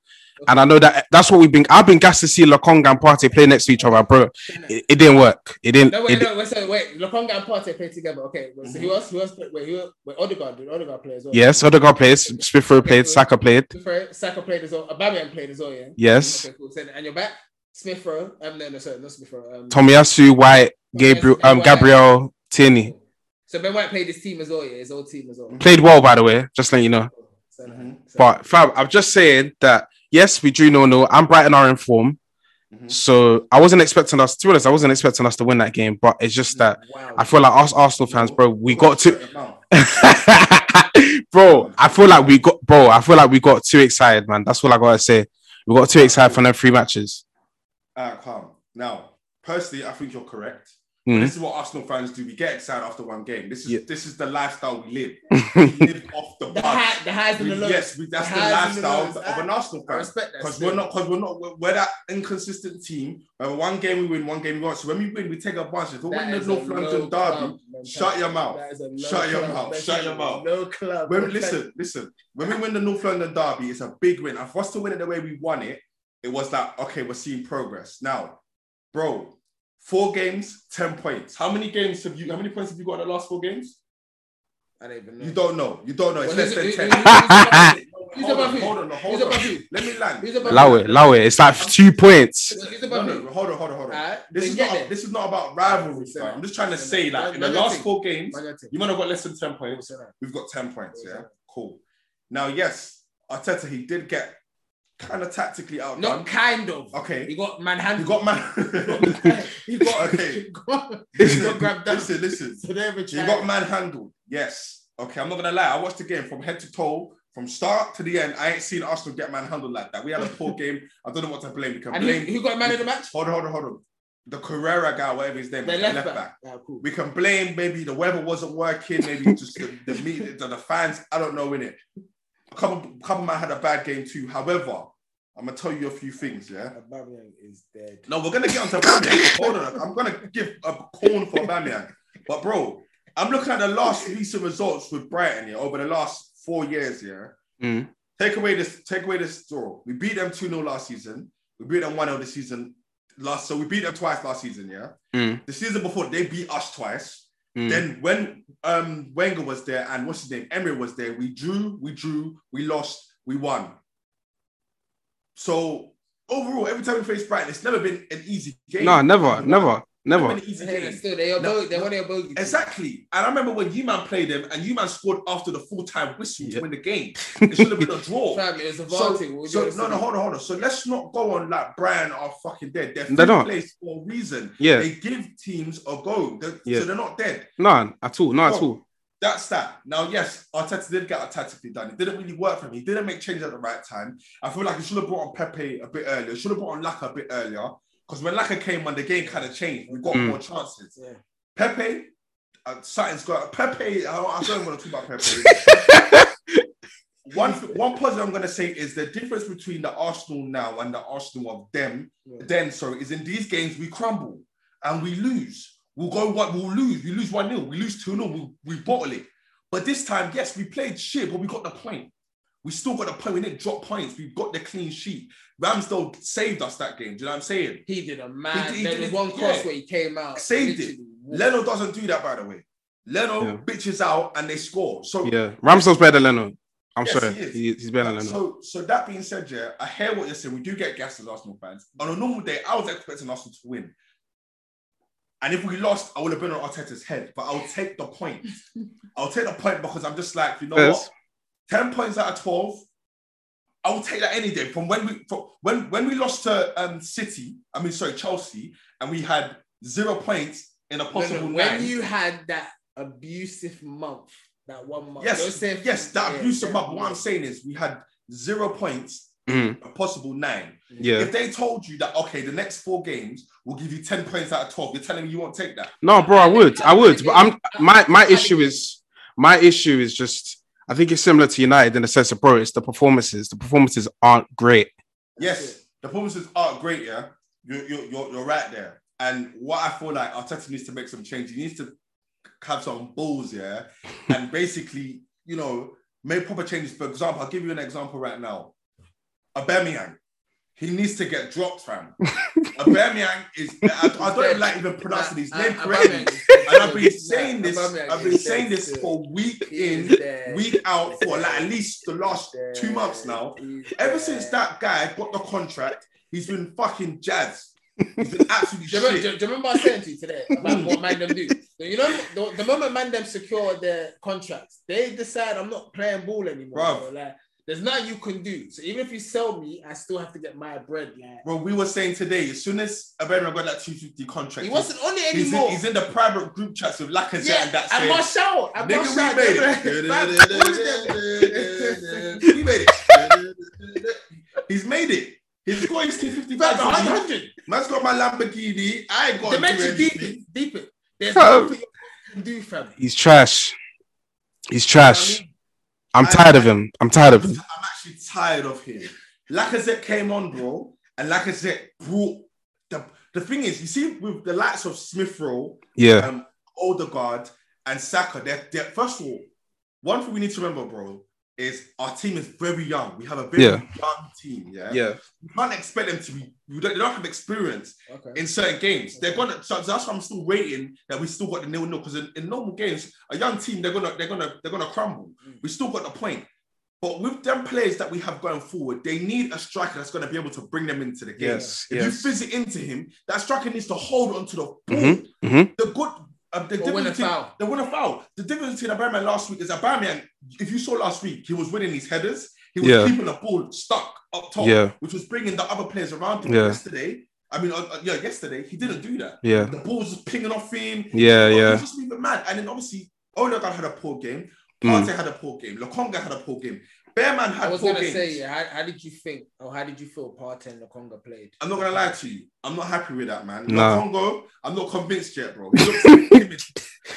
S3: and I know that that's what we've been. I've been gassed to see Lokonga and Partey play next to each other, bro. It, it didn't work. It didn't.
S5: No,
S3: it
S5: wait,
S3: di-
S5: no, wait, sorry, wait. Lokonga and Partey play together. Okay, wait, so
S4: Mm-hmm.
S5: who else? Who else? Play, wait, who? Wait, Odegaard. Did Odegaard play as well?
S3: Yes, Odegaard played. Smith Rowe played. Saka played.
S5: Smith-Rowe, Saka played as well. Aubameyang played as well, yeah?
S3: Yes.
S5: Okay, cool. So, and you're back? Smith Rowe. Um, no, no, sorry, not Smith Rowe. Um,
S3: Tomiyasu, White, Gabriel,
S5: Tomiyasu,
S3: um,
S5: White.
S3: Gabriel, Tierney.
S5: So Ben White played his team as well, yeah? His old team as well.
S3: played well, by the way, just letting you know.
S5: So, like,
S4: Mhm.
S5: so-
S3: But fam, I'm just saying that yes, we do know no, and Brighton are in form.
S4: Mhm.
S3: So I wasn't expecting us. To be honest, I wasn't expecting us to win that game. But it's just that
S6: wow.
S3: I feel like us Arsenal fans, bro, we got to,
S4: Shut it down.
S3: bro. I feel like we got, bro. I feel like we got too excited, man. That's all I gotta say. We got too excited for them three matches.
S4: Ah, calm. Now, personally, I think you're correct.
S3: Mhm.
S4: This is what Arsenal fans do. We get excited after one game. This is
S3: Yeah.
S4: this is the lifestyle we live. we live off the
S5: The,
S4: buzz.
S5: high, the highs and
S4: We-
S5: the lows.
S4: yes, we, that's the,
S5: highs and the
S4: lifestyle
S5: lows.
S4: of an Arsenal
S5: I
S4: fan.
S5: respect that.
S4: Because
S5: still.
S4: we're not, because we're not, we're, we're that inconsistent team. Uh, one game we win, one game we lost. So when we win, we take advantage. If we win
S5: That
S4: the
S5: is a
S4: North London
S5: low
S4: derby,
S5: club mentality.
S4: shut your mouth.
S5: That is a low
S4: Shut your
S5: club
S4: mouth.
S5: mentality.
S4: Shut your mouth.
S5: Low club.
S4: When, listen, listen. When we win the North London derby, it's a big win. And for us to win it the way we won it, it was like, okay, we're seeing progress. Now, bro, four games, ten points. How many games have you? How many points have you got in the last four games?
S6: I don't even know.
S4: You don't know. You don't know. It's
S5: Well,
S4: less
S5: who's-
S4: than
S5: who-
S4: ten.
S5: who's
S4: Hold
S5: above
S4: on,
S5: who?
S4: hold on, hold
S5: Who's
S4: on.
S5: above who?
S4: Let me land.
S5: Who's above who?
S3: Allow it, allow it. It's like two points.
S5: Who's
S4: No,
S5: above
S4: no,
S5: who?
S4: hold on, hold on, hold on.
S5: Alright,
S4: This
S5: then
S4: is
S5: get
S4: not.
S5: there.
S4: This is not about rivalry. fam. I'm just trying to say, like in the last four games,
S5: Man, your team.
S4: you might have got less than ten points.
S5: What's that?
S4: We've got ten points. Yeah,
S5: Exactly.
S4: cool. Now, yes, Arteta he did get kind of tactically outdone.
S5: Not kind of.
S4: Okay,
S5: You got manhandled.
S4: you got man.
S5: you got.
S4: Okay.
S5: You got. You got
S4: listen,
S5: grabbed up.
S4: listen, listen.
S5: So they have a
S4: You
S5: chance.
S4: got manhandled. Yes. Okay, I'm not gonna lie. I watched the game from head to toe, from start to the end. I ain't seen Arsenal get manhandled like that. We had a poor game. I don't know what to blame. You can
S5: And who,
S4: blame.
S5: who got man of the match?
S4: Hold on, hold on, hold on. The Carrera guy, whatever his name,
S5: The
S4: was,
S5: left, back. Ah, cool.
S4: We can blame maybe the weather wasn't working, maybe just the, the media, the, the fans. I don't know in it. A couple, couple man had a bad game too. However, I'm gonna tell you a few things. Yeah.
S6: Aubameyang is dead.
S4: No, we're gonna get onto Bamian. Hold on, I'm gonna give a corn for Bamian. But bro, I'm looking at the last recent results with Brighton here over the last four years here.
S3: Mm.
S4: Take away this, take away this draw. We beat them 2-0 last season. We beat them 1-0 this season. Last so we beat them twice last season, yeah.
S3: Mm.
S4: The season before they beat us twice.
S3: Mm.
S4: Then when um Wenger was there and what's his name? Emery was there, we drew, we drew, we lost, we won. So overall, every time we face Brighton, it's never been an easy game.
S3: No, never, never, never.
S4: been an easy
S5: Hey,
S4: game.
S5: Still, they are
S4: No,
S5: both. They're
S4: no.
S5: one of your bogeys.
S4: Exactly. And I remember when U-Man played them and U-Man scored after the full-time whistle
S3: Yeah.
S4: to win the game. It should have been a draw.
S5: Fam, it was a
S4: oh, So,
S5: VAR thing. We'll
S4: so
S5: do it
S4: no, no,
S5: soon.
S4: hold on, hold on. So let's not go on like Brian are fucking dead. They're,
S3: They're
S4: fifth
S3: not.
S4: place for a reason.
S3: Yeah,
S4: They give teams a go, They're-
S3: Yeah.
S4: so they're not dead.
S3: none at all, not at
S4: Oh.
S3: all.
S4: That's that. Now, yes, Arteta did get tactically done. It didn't really work for him. He didn't make changes at the right time. I feel like he should have brought on Pepe a bit earlier. Should have brought on Laka a bit earlier. Because when Laka came on, the game kind of changed. We got
S3: Mm.
S4: more chances.
S6: Yeah.
S4: Pepe, uh, something's got Pepe. I don't, I don't want to talk about Pepe. one one positive I'm going to say is the difference between the Arsenal now and the Arsenal of them
S6: Yeah.
S4: then. Sorry, is in these games we crumble and we lose. We'll go one. We'll lose. We lose one 0 We lose two 0 We we bottle it. But this time, yes, we played shit, but we got the point. We still got the point. We didn't drop points. We got the clean sheet. Ramsdale saved us that game. Do you know what I'm saying?
S5: He did a man.
S4: He- he
S5: there
S4: did-
S5: was one
S4: yeah.
S5: cross where he came out.
S4: Saved it.
S5: literally walked.
S4: Leno doesn't do that, by the way. Leno
S3: Yeah.
S4: bitches out and they score. So
S3: Yeah, Ramsdale's better than Leno. I'm
S4: Yes,
S3: sorry.
S4: he is.
S3: He, he's better than Leno.
S4: So, so that being said, yeah, I hear what you're saying. We do get gassed as Arsenal fans. On a normal day, I was expecting Arsenal to win. And if we lost, I would have been on Arteta's head. But I'll take the point. I'll take the point because I'm just like, you know
S3: Yes.
S4: what? Ten points out of twelve. I will take that any day. From when we from when when we lost to um City, I mean sorry Chelsea, and we had zero points in a
S5: No, no,
S4: possible nine.
S5: when you had that abusive month, that one month.
S4: yes,
S5: don't say-
S4: yes, that
S5: yeah,
S4: abuse of
S5: that
S4: But What I'm saying is, we had zero points,
S3: Mhm.
S4: a possible nine.
S3: Yeah.
S4: If they told you that, okay, the next four games will give you 10 points out of 12, you're telling me you won't take that.
S3: No, bro, I would, I would, but I'm my my issue is my issue is just I think it's similar to United in the sense of bro, it's the performances. The performances aren't great.
S4: Yes, the performances are great, yeah. You're, you're, you're, you're right there. And what I feel like Arteta needs to make some change. He needs to have some balls, yeah, and basically, you know, make proper changes. For example, I'll give you an example right now. Aubameyang, he needs to get dropped, fam. Aubameyang is I, I don't even like even pronouncing his name correctly. And I've been saying this, I've been saying this for week in, week out for like at least the last two months now. Ever since that guy got the contract, he's been fucking jazz. He's been absolutely
S5: Do you, remember, do
S4: shit.
S5: you- do you remember I said to you today about what man them do? So, you know, the, the moment man them secure their contracts, they decide I'm not playing ball anymore.
S4: Bruv.
S5: bro. Like, there's nothing you can do. So even if you sell me, I still have to get my bread. Like,
S4: Bro, we were saying today, as soon as Aubameyang got that 250 contract,
S5: he wasn't on it
S4: he's,
S5: anymore.
S4: in, he's in the private group chats with Lacazette
S5: yeah,
S4: and that
S5: I
S4: saying,
S5: must shout. I
S4: Nigga,
S5: must shout.
S4: we made it. we made it. He's made it. He's scoring his 250 back.
S5: 100.
S4: Man's got my Lamborghini. I ain't got
S5: Dimension
S4: to do anything.
S5: deep, deep it. There's
S3: Fam.
S5: nothing you can do, fam.
S3: He's trash. He's trash. I'm tired of him. I'm tired of him.
S4: I'm actually tired of him. Lacazette came on, bro, and Lacazette brought the the thing is, you see, with the likes of Smith Rowe,
S3: Yeah.
S4: Odegaard, and Saka, they're, they're first of all, one thing we need to remember, bro, is our team is very young. We have a very
S3: Yeah.
S4: young team. Yeah.
S3: Yeah.
S4: You can't expect them to be, you don't, they don't have experience
S5: Okay.
S4: in certain games. They're gonna so that's why I'm still waiting that we still got the nil nil because in, in normal games, a young team they're gonna they're gonna they're gonna crumble.
S5: Mm.
S4: We still got the point. But with them players that we have going forward, they need a striker that's going to be able to bring them into the game.
S3: Yes.
S4: If
S3: Yes.
S4: you fizz it into him, that striker needs to hold on to the ball.
S3: Mhm, mhm.
S4: The good, uh, the
S5: Or win a
S4: difference between-
S5: foul.
S4: they win a foul. The difference between Aubameyang last week is Aubameyang. If you saw last week, he was winning his headers. He was
S3: Yeah.
S4: keeping the ball stuck up top,
S3: Yeah.
S4: which was bringing the other players around him.
S3: Yeah.
S4: Yesterday, I mean, uh, uh, yeah, yesterday he didn't do that.
S3: Yeah.
S4: The ball was just pinging off him.
S3: Yeah.
S4: He was
S3: Yeah.
S4: just even mad. And then obviously, Odegaard had a poor game.
S3: Mm.
S4: Partey had a poor game. Lokonga had a poor game. Bearman
S5: I
S4: had
S5: was
S4: poor
S5: gonna
S4: games.
S5: say, yeah, how, how did you think or how did you feel Partey and Lokonga played?
S4: I'm not gonna lie to you. I'm not happy with that, man.
S3: Nah.
S4: Congo, I'm not convinced yet, bro.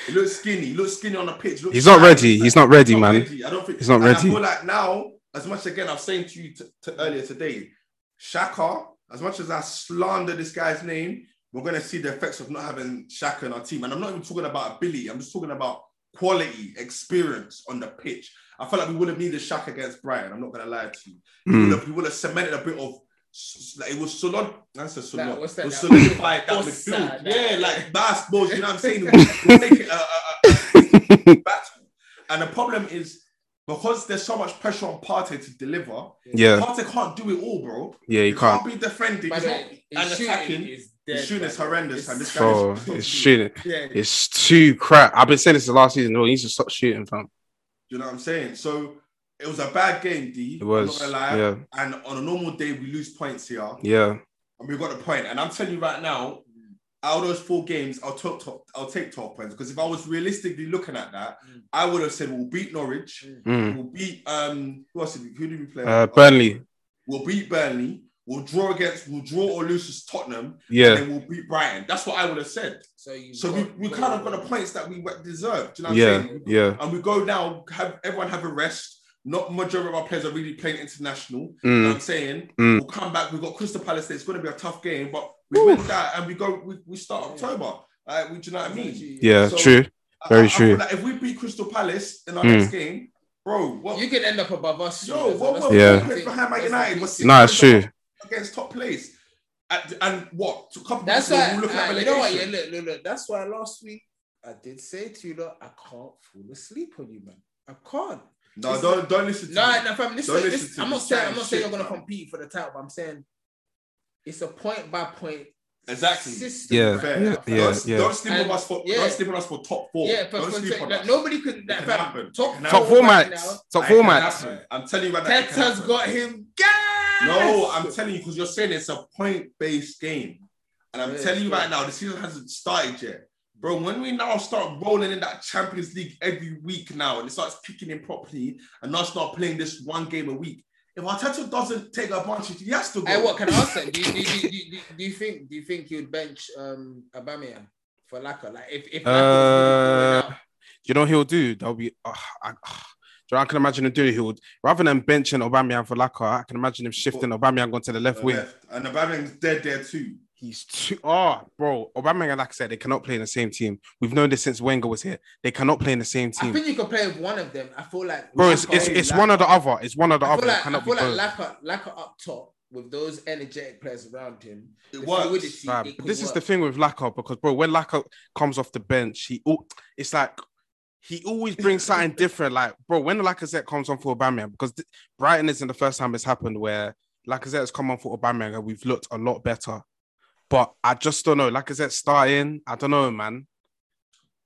S4: He looks, timid. he looks skinny. He looks skinny on the pitch. He looks
S3: He's not
S4: tired.
S3: ready. He's not ready,
S4: He's not
S3: man.
S4: ready. I don't think
S3: He's not
S4: and
S3: ready.
S4: I feel like now, as much again, I've saying to you t- to earlier today, Shaka. As much as I slander this guy's name, we're gonna see the effects of not having Shaka in our team. And I'm not even talking about ability. I'm just talking about quality, experience on the pitch. I felt like we would have needed Shaka against Brighton. I'm not gonna lie to you. We
S3: Mm.
S4: would have- we would have cemented a bit of s- like it was solid. That's a solid.
S5: Like, what's that?
S4: It was
S5: That-
S4: solidified that
S5: What's
S4: midfield.
S5: that?
S4: Yeah, like basketballs. You know what I'm saying? It was- it make it uh, a, a- a- a battle. And the problem is because there's so much pressure on Partey to deliver.
S3: Yeah.
S4: Partey can't do it all, bro.
S3: Yeah. You can't.
S4: be defending.
S5: By
S4: He's
S5: the
S4: not,
S5: way,
S4: and
S5: his
S4: attacking.
S5: shooting is dead.
S4: his shooting is
S5: man.
S4: horrendous.
S5: It's-
S4: And this guy
S3: Bro,
S4: is
S3: it's shooting.
S5: Yeah,
S3: It's too crap. I've been saying this the last season. No, he needs to stop shooting, fam.
S4: You know what I'm saying? So it was a bad game, D.
S3: It was.
S4: I'm not gonna lie.
S3: Yeah.
S4: And on a normal day, we lose points here.
S3: Yeah.
S4: and we got the point. And I'm telling you right now, out of those four games, I'll top, top I'll take twelve points because if I was realistically looking at that,
S5: Mm.
S4: I would have said we'll beat Norwich,
S3: Mm.
S4: we'll beat um who else did we, who did we play?
S3: Uh, Burnley.
S4: We'll beat Burnley. We'll draw against we'll draw or lose to Tottenham, and
S3: Yeah.
S4: then we'll beat Brighton. That's what I would have said.
S5: So you
S4: So we, we kind of got the points that we deserved. Do you know what I'm
S3: Yeah.
S4: saying?
S3: Yeah.
S4: And we go now, have everyone have a rest. Not majority of our players are really playing international. You know
S3: Mm.
S4: what I'm saying?
S3: Mm.
S4: We'll come back. We've got Crystal Palace. It's going to be a tough game, but we win that and we go, we, we start October. Uh, we, do you know what I mean?
S3: Yeah.
S4: So-
S3: True.
S4: I-
S3: Very
S4: I- I feel
S3: true.
S4: like if we beat Crystal Palace in our
S3: Mm.
S4: next game, bro, what?
S5: You could end up above us.
S4: Yo,
S5: That's
S4: what-
S5: the
S4: what-
S3: Yeah.
S5: thing.
S4: what- behind Man
S5: That's
S4: United,
S5: the
S4: what's-
S5: thing.
S3: Nah, it's true.
S4: against top place. And, and what? A couple
S5: That's
S4: weeks ago,
S5: why.
S4: we were looking
S5: uh,
S4: at
S5: you know what? Yeah,
S4: relegation.
S5: look, look, look. That's why last week I did say to you, look, I can't fall asleep on you, man. I can't.
S4: No, don't don't listen to
S5: No,
S4: me.
S5: no, fam. Listen,
S4: Don't
S5: listen,
S4: listen to
S5: I'm not
S4: this
S5: saying
S4: chat
S5: I'm not
S4: and
S5: saying
S4: shit,
S5: you're gonna
S4: fam.
S5: compete for the title. But I'm saying it's a point by point
S4: Exactly.
S5: system.
S3: Yeah,
S5: right
S4: yeah,
S5: now, fam.
S3: yeah,
S4: don't, don't sleep
S5: And-
S4: on us for
S5: yeah.
S4: don't sleep on us for top four.
S5: Yeah, but
S4: don't
S5: for
S4: sleep on
S5: like,
S4: us.
S5: nobody can. That,
S4: can
S5: fam,
S4: happen.
S5: Top
S4: It
S5: four,
S4: can
S3: Top four mats.
S5: right now,
S3: Top
S4: That
S3: four
S4: can
S3: mats.
S4: happen. I'm telling you about that.
S5: Tet
S4: can
S5: has
S4: happen.
S5: got him gas.
S4: No, I'm telling you because you're saying it's a point-based game, and I'm
S5: Yeah,
S4: telling you
S5: sure.
S4: right now, the season hasn't started yet, bro. When we now start rolling in that Champions League every week now, and it starts kicking in properly, and now start playing this one game a week. If Arteta doesn't take advantage, he has to go.
S5: Hey, what can I ask them? Do you, do, you, do, you, do, you, do you think do you think you'd bench um Aubameyang for Laka? Like if if Laka was
S3: Uh, you know what he'll do? That'll be. Uh, I, ah. Do you know, I can imagine him doing. He'll rather than benching Aubameyang for Laka, I can imagine him shifting Aubameyang onto the left
S4: Uh,
S3: wing.
S4: left. And Aubameyang's dead there too.
S3: He's too. Oh, bro, Aubameyang and like I said, they cannot play in the same team. We've known this since Wenger was here. They cannot play in the same
S5: I
S3: team,
S5: think you could play with one of them. I feel like
S3: bro. It's
S5: Laka-
S3: it's, it's one or the other. It's one or the
S5: I
S3: other.
S5: feel
S3: It
S5: like, I
S3: cannot be
S5: feel
S3: both.
S5: like Laka, Laka up top with those energetic players around him.
S4: It
S5: the
S4: works.
S5: fluidity,
S3: Fam,
S5: it
S3: but
S5: could
S3: this is the
S5: work.
S3: thing with Laka because bro, when Laka comes off the bench, he al- it's like he always brings something different. Like bro, when Lacazette comes on for Aubameyang, because th- Brighton isn't the first time it's happened where Lacazette has come on for Aubameyang and we've looked a lot better. But I just don't know. Lacazette starting, I don't know, man.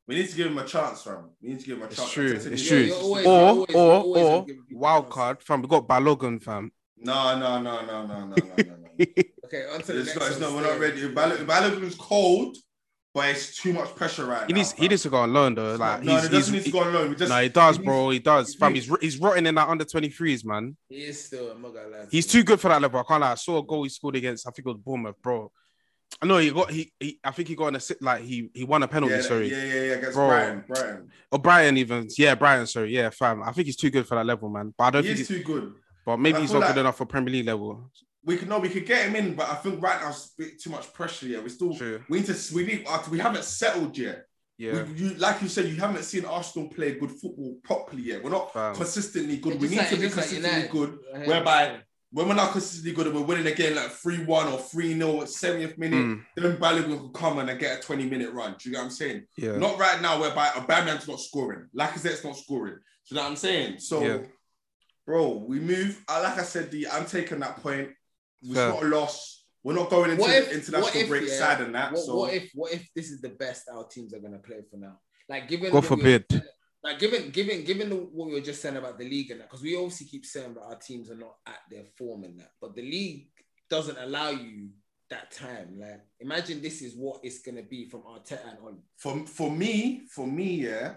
S4: We need to give him a chance, fam. We need to give him a
S3: It's
S4: chance.
S3: true,
S4: Arteta
S3: it's
S4: needs-
S5: Yeah,
S3: true.
S5: you're always-
S3: or
S5: you're always- you're
S3: or
S5: always
S3: or
S5: giving people
S3: wild
S5: chances.
S3: card, fam. We got Balogun, fam.
S4: No, no, no, no, no, no, no, no, no.
S5: Okay, on to the
S4: It's
S5: next.
S4: not, it's not,
S5: one,
S4: we're not ready.
S5: Sterling.
S4: Bal- Balogun's cold, but it's too much pressure right
S3: He
S4: now.
S3: needs
S4: fam.
S3: he needs to go on loan though. Like
S4: no,
S3: he's,
S4: he
S3: he's,
S4: doesn't need to go on loan. We just,
S3: no, he does,
S4: needs-
S3: bro. He does, fam.
S4: he
S3: He's he's rotting in that under twenty threes, man.
S5: He is still. I'm not gonna lie. to
S3: He's
S5: you.
S3: too good for that level. I can't lie. I saw a goal he scored against. I think it was Bournemouth, bro. I know he got he, he I think he got an assist. Like he he won a penalty.
S4: yeah,
S3: sorry,
S4: yeah, yeah, yeah. Against
S3: Bro.
S4: Brian, Brian.
S3: or Brian even. Yeah, Brian. Sorry, yeah, fam. I think he's too good for that level, man. But I don't
S4: He
S3: think.
S4: is
S3: He's,
S4: too good.
S3: but maybe
S4: I
S3: he's
S4: feel
S3: not good
S4: like-
S3: enough for Premier League level.
S4: We could no, we could get him in, but I think right now it's a bit too much pressure. Yeah, we still
S3: True.
S4: we need to we need uh, we haven't settled yet.
S3: Yeah.
S4: We, you, like you said, you haven't seen Arsenal play good football properly yet. We're not
S3: Fam. Hmm,
S4: consistently good.
S5: It's
S4: we need
S5: just like-
S4: to
S5: it's
S4: be
S5: just like
S4: consistently
S5: United.
S4: good.
S5: I hear
S4: whereby-
S5: you.
S4: When we're not consistently good, and we're winning again like 3 1 or 3 0 at 70th minute,
S3: Mm,
S4: then Balogun could come and get a 20 minute run. Do you get what I'm saying?
S3: yeah.
S4: Not right now, whereby Aubameyang's not scoring, Lacazette's not scoring. Do you know what I'm saying? So,
S3: Yeah.
S4: bro, we move. I- Like I said, D, I'm taking that point. It's
S3: Fair.
S4: not a loss. We're not going into
S5: What if-
S4: the international
S5: what if,
S4: break
S5: yeah,
S4: sad and that.
S5: What,
S4: so,
S5: what if what if this is the best our teams are gonna play for now? Like given
S3: God
S5: what we-
S3: forbid.
S5: like given given given the, what we were just saying about the league and that, because we obviously keep saying that our teams are not at their form and that, but the league doesn't allow you that time. Like imagine this is what it's gonna be from Arteta and on.
S4: for, for me, for me, yeah,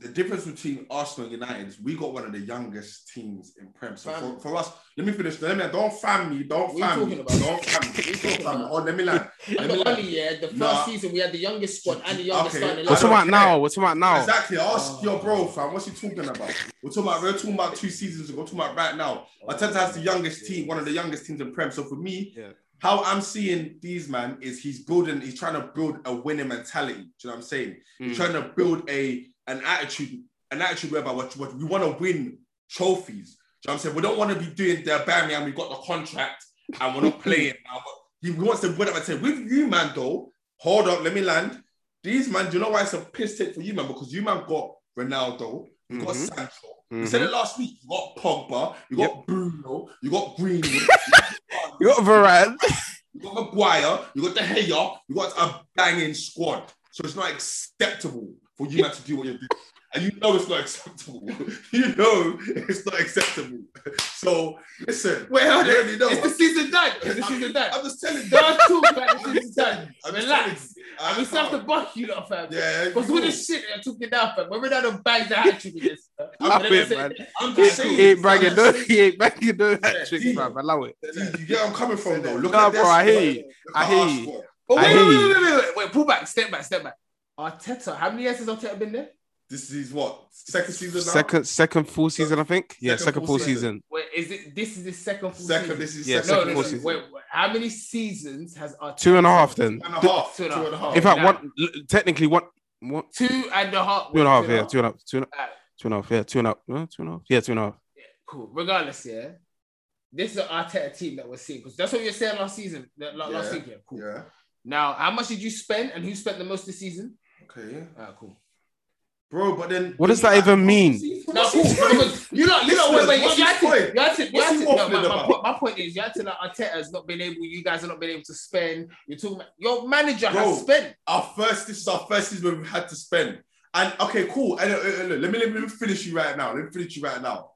S4: the difference between Arsenal and United is we got one of the youngest teams in Prem. So,
S5: Fam.
S4: for, for us, let me finish. Let me, don't fan me. Don't
S5: What are you
S4: fan me.
S5: talking about?
S4: Don't fan
S5: What are
S4: me.
S5: you
S4: Don't
S5: talking
S4: fan me.
S5: about?
S4: Oh, let me land. Let me
S5: Not
S4: land.
S5: only yeah, the first
S4: Nah.
S5: season we had the youngest squad and the youngest
S4: Okay.
S5: starting
S4: We're
S3: What's
S4: talking
S5: lineup.
S3: about now? What's about now?
S4: Exactly. Ask
S5: Oh.
S4: your bro, fam. What's he talking about? We're talking about. We're talking about two seasons ago. We're talking about right now. Arteta has the youngest team, one of the youngest teams in Prem. So for me,
S3: Yeah.
S4: how I'm seeing these man is he's building. He's trying to build a winning mentality. Do you know what I'm saying? He's
S3: Mm,
S4: trying to build a an attitude, an attitude whereby what, what we want to win trophies. Do you know what I'm saying? We don't want to be doing the Bammy and we got the contract and we're not playing now. But he wants to win up and say, with you, man, though, hold up, let me land. These man, do you know why it's a piss take for you, man? Because you man got Ronaldo, you
S5: Mm-hmm.
S4: got
S3: Mhm.
S4: Sancho. You said it last week. You got Pogba, you got Bruno, you got Greenwood,
S3: You got Varane.
S4: you got Maguire, you got the Gea, you got a banging squad. So it's not acceptable for you man to do what you're doing. And you know it's not acceptable. you know it's not acceptable. So listen,
S5: Well,
S4: you already know.
S5: it's the season done. It's the season done.
S4: I'm just telling you.
S5: Don't talk about the
S4: I'm
S5: season
S4: just
S5: done.
S4: telling you. I'm just
S5: Relax.
S4: telling you.
S5: And we still have to buck you lot, fam.
S4: Yeah,
S5: Because
S4: you
S5: with
S4: know.
S5: the shit that took it down, fam. When Ronaldo bagged the hat trick against us,
S3: Love
S5: and then
S3: it,
S5: they
S3: man.
S5: said-
S4: I'm
S3: He
S4: just saying.
S3: ain't bragging, no.
S4: I'm just
S3: He ain't bragging, no. That trick,
S4: Yeah.
S3: fam. Allow it.
S4: saying. You get where I'm coming from though. Look
S3: Nah,
S4: at
S3: bro, I hear you. I hear you.
S5: But
S3: I
S5: wait,
S3: hear
S5: wait,
S3: you.
S5: wait, wait, wait, wait, wait, pull back, step back, step back. Arteta, how many years has Arteta been there?
S4: This is what second season now.
S3: Second, second full season, I think. Yeah,
S4: Second
S3: second
S4: full
S3: full
S4: season.
S3: season.
S5: Wait, is it this is his second full
S4: second.
S5: season?
S4: This is
S3: Yeah,
S4: second,
S3: full
S5: no, no, no,
S3: season.
S5: wait, wait, how many seasons has Arteta?
S3: Two and a half, then.
S4: Two and a half. Two
S5: Two and a
S4: and a half.
S3: In fact,
S5: Nah.
S3: one l- technically one, one
S5: Two and a half.
S3: two and a half,
S5: and a
S3: yeah, two and a half, two and a,
S5: Alright.
S3: two and a half, yeah, two and a half, no, two and a half, yeah, two and a half.
S5: Cool. Regardless, yeah. This is an Arteta team that we're seeing because that's what you were saying last season, la- la- last
S4: Yeah.
S5: week. Yeah, cool.
S4: yeah.
S5: Now, how much did you spend and who spent the most this season?
S4: Okay.
S5: Ah, cool.
S4: Bro, but then
S3: What does that even mean?
S4: See,
S5: No,
S4: what's
S5: cool.
S4: his point?
S5: Because you know, you know, wait,
S4: Listeners,
S5: wait.
S4: what's
S5: You
S4: his
S5: had to,
S4: point?
S5: you had to, you
S4: What's he
S5: had to. No,
S4: waffling
S5: my, my,
S4: about?
S5: point- my point is, you had to like Arteta's not been able. You guys are not been able to spend. You're talking. About, your manager has
S4: Bro.
S5: spent.
S4: our first this is our first season where we had to spend. And okay, cool. And uh, uh, look, let me let me finish you right now. Let me finish you right now.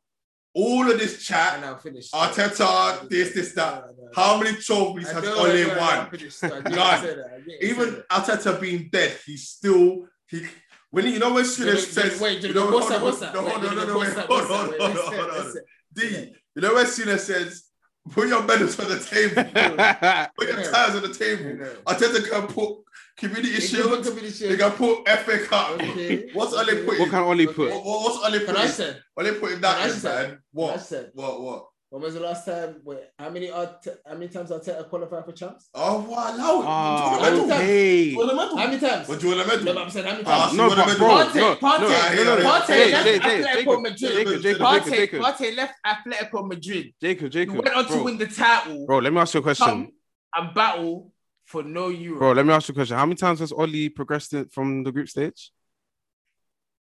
S4: All of this
S5: And
S4: chat,
S5: I'm finished.
S4: Arteta, this, this, that. How many trophies has
S5: only
S4: Ole won? None. Even Arteta being dead, he's still he. When he- you know when Swedish says,
S5: wait,
S4: you
S5: wait,
S4: know, hold
S5: what's that?
S4: on,
S5: What's that?
S4: No, no,
S5: Wait,
S4: no,
S5: wait,
S4: no,
S5: what's
S4: wait,
S5: that?
S4: hold
S5: What's
S4: on, hold
S5: that? Wait,
S4: on,
S5: what's that?
S4: hold on.
S5: What's that?
S4: D, you know when Swedish says, put your medals on the table, put your tires on the table. Arteta can put community shield, they can put FA Cup. What's Ole
S3: what
S4: putting?
S3: can Oli put?
S4: What, what, what's Ole
S5: Can I
S4: putting?
S5: say?
S4: Ole putting that
S5: Can I
S4: in,
S5: say-
S4: man.
S5: What I
S4: What?
S5: said.
S4: What? What?
S5: When was the last time? Wait, how many Arte- how many times Arteta qualified for champs?
S4: Oh, wow, allow it.
S5: What
S3: Oh,
S5: do you
S3: okay.
S4: What do you want a
S5: How
S4: medal?
S5: many times?
S4: What do you want a
S5: No, but I'm
S4: medal?
S5: saying how many
S4: Ah,
S5: times?
S4: so
S3: No,
S4: what
S3: but
S4: about-
S3: bro,
S5: Partey,
S3: no,
S5: Partey,
S3: no,
S4: yeah,
S3: no, no, no.
S4: Partey,
S3: Jake,
S4: that's
S3: Jake, Jake,
S5: Atletico
S3: Jacob,
S5: Madrid.
S3: Jacob, Jacob, Jacob,
S5: Partey,
S3: Jacob,
S5: Partey left Atletico Madrid.
S3: Jacob,
S5: He went on
S3: Jacob.
S5: to
S3: Bro,
S5: win the title
S3: Bro, let me ask you a question.
S5: come and battle for no Euro.
S3: Bro, let me ask you a question. How many times has Oli progressed it from the group stage?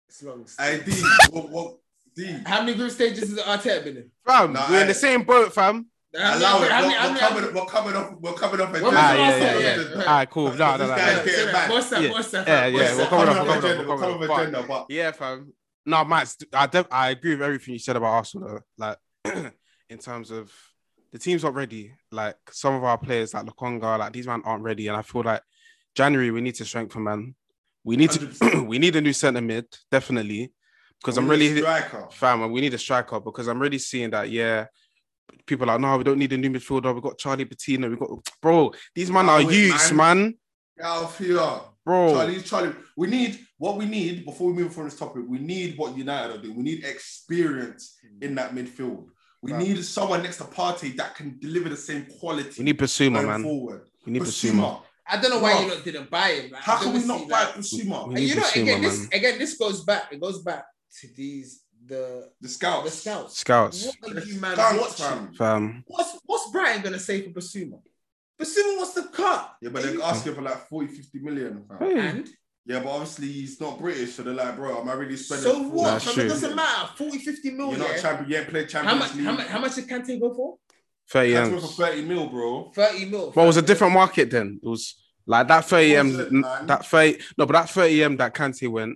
S5: It's long.
S4: Hey, D, what? What? D.
S5: How many group stages has Arteta been in?
S3: Fam,
S4: Nah,
S3: we're in
S4: I-
S3: the same boat, fam.
S5: How many-
S4: Allow it.
S5: how
S4: We're,
S5: many- how
S4: we're,
S5: many-
S4: coming, we're coming off. We're coming off. a
S5: When was the
S4: deadline.
S5: last
S3: yeah,
S5: time?
S3: yeah.
S5: Yeah,
S3: All
S5: yeah.
S3: right, cool. Nah, nah,
S4: This
S3: nah.
S4: guy's getting
S5: Say
S4: back.
S5: that. What's that?
S3: Yeah.
S5: What's that?
S3: Yeah,
S5: What's
S3: yeah,
S5: that?
S3: we're coming up,
S4: Coming
S3: we're
S4: off agenda,
S3: coming up,
S4: we're
S3: we're
S4: coming
S3: coming
S4: off
S3: up.
S4: agenda, but-
S3: Yeah, fam. No, Matt, I, def- I agree with everything you said about Arsenal. though. Like, in terms of the team's not ready. Like, some of our players, like Lokonga, like these man aren't ready. And I feel like January we need to strengthen, man. We need to.
S4: 100%.
S3: we need a new centre mid, definitely, because I'm
S4: We need a
S3: really
S4: striker.
S3: fam. and We need a striker because I'm really seeing that. Yeah, people are like, no, we don't need a new midfielder. We got Charlie Patino. We got bro. These man
S4: Nah,
S3: are
S4: wait,
S3: youths,
S4: man.
S3: man.
S4: Get out of here.
S3: Bro,
S4: Charlie, Charlie, we need what we need before we move from this topic. We need what United are doing. We need experience
S3: Mm.
S4: in that midfield. We
S3: Right.
S4: need someone next to Partey that can deliver the same quality.
S3: we need Basuma,
S4: going
S3: man.
S4: forward.
S3: We need Basuma.
S4: Basuma.
S5: I don't know why
S4: Bro.
S5: you lot didn't buy him. Like,
S4: How
S5: I
S4: can
S5: don't
S4: we
S5: see,
S4: not buy
S5: like-
S4: Basuma?
S3: We
S5: And
S3: need
S5: you know,
S3: Basuma,
S5: again, this
S3: man.
S5: again, this goes back. It goes back to these the
S4: The
S5: the
S4: scouts.
S5: scouts.
S3: Scouts,
S5: What are you man
S4: Scouts,
S5: watching?
S4: fam.
S3: fam.
S5: What's what's Brighton gonna say for Basuma? Basuma wants to cut.
S4: Yeah, but they're asking for like 40, 50 million. fam.
S3: Hey.
S5: And
S4: Yeah, but obviously he's not British, so they're like, bro, am I really spending?
S5: so
S4: 40?
S5: what?
S3: That's
S5: Fam,
S3: true.
S5: it doesn't matter. 40, 50
S4: You're
S5: million.
S4: not a champion. You ain't played
S5: How
S4: Champions
S5: much?
S4: League.
S5: How much? How much did Kante go for?
S3: 30
S4: That's worth
S3: M's.
S4: for 30 mil, bro.
S5: Thirty mil.
S3: Well, it was a
S5: fam.
S3: different market then. It was like that 30 M,
S4: Was it, man?
S3: that 30, no, but that 30 M that Kante went,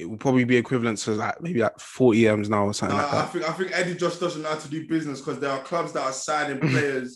S3: it will probably be equivalent to like maybe like 40 M's now or something
S4: Nah,
S3: like
S4: I
S3: that.
S4: think I think Eddie Josh doesn't know how to do business because there are clubs that are signing
S3: Mm-hmm.
S4: players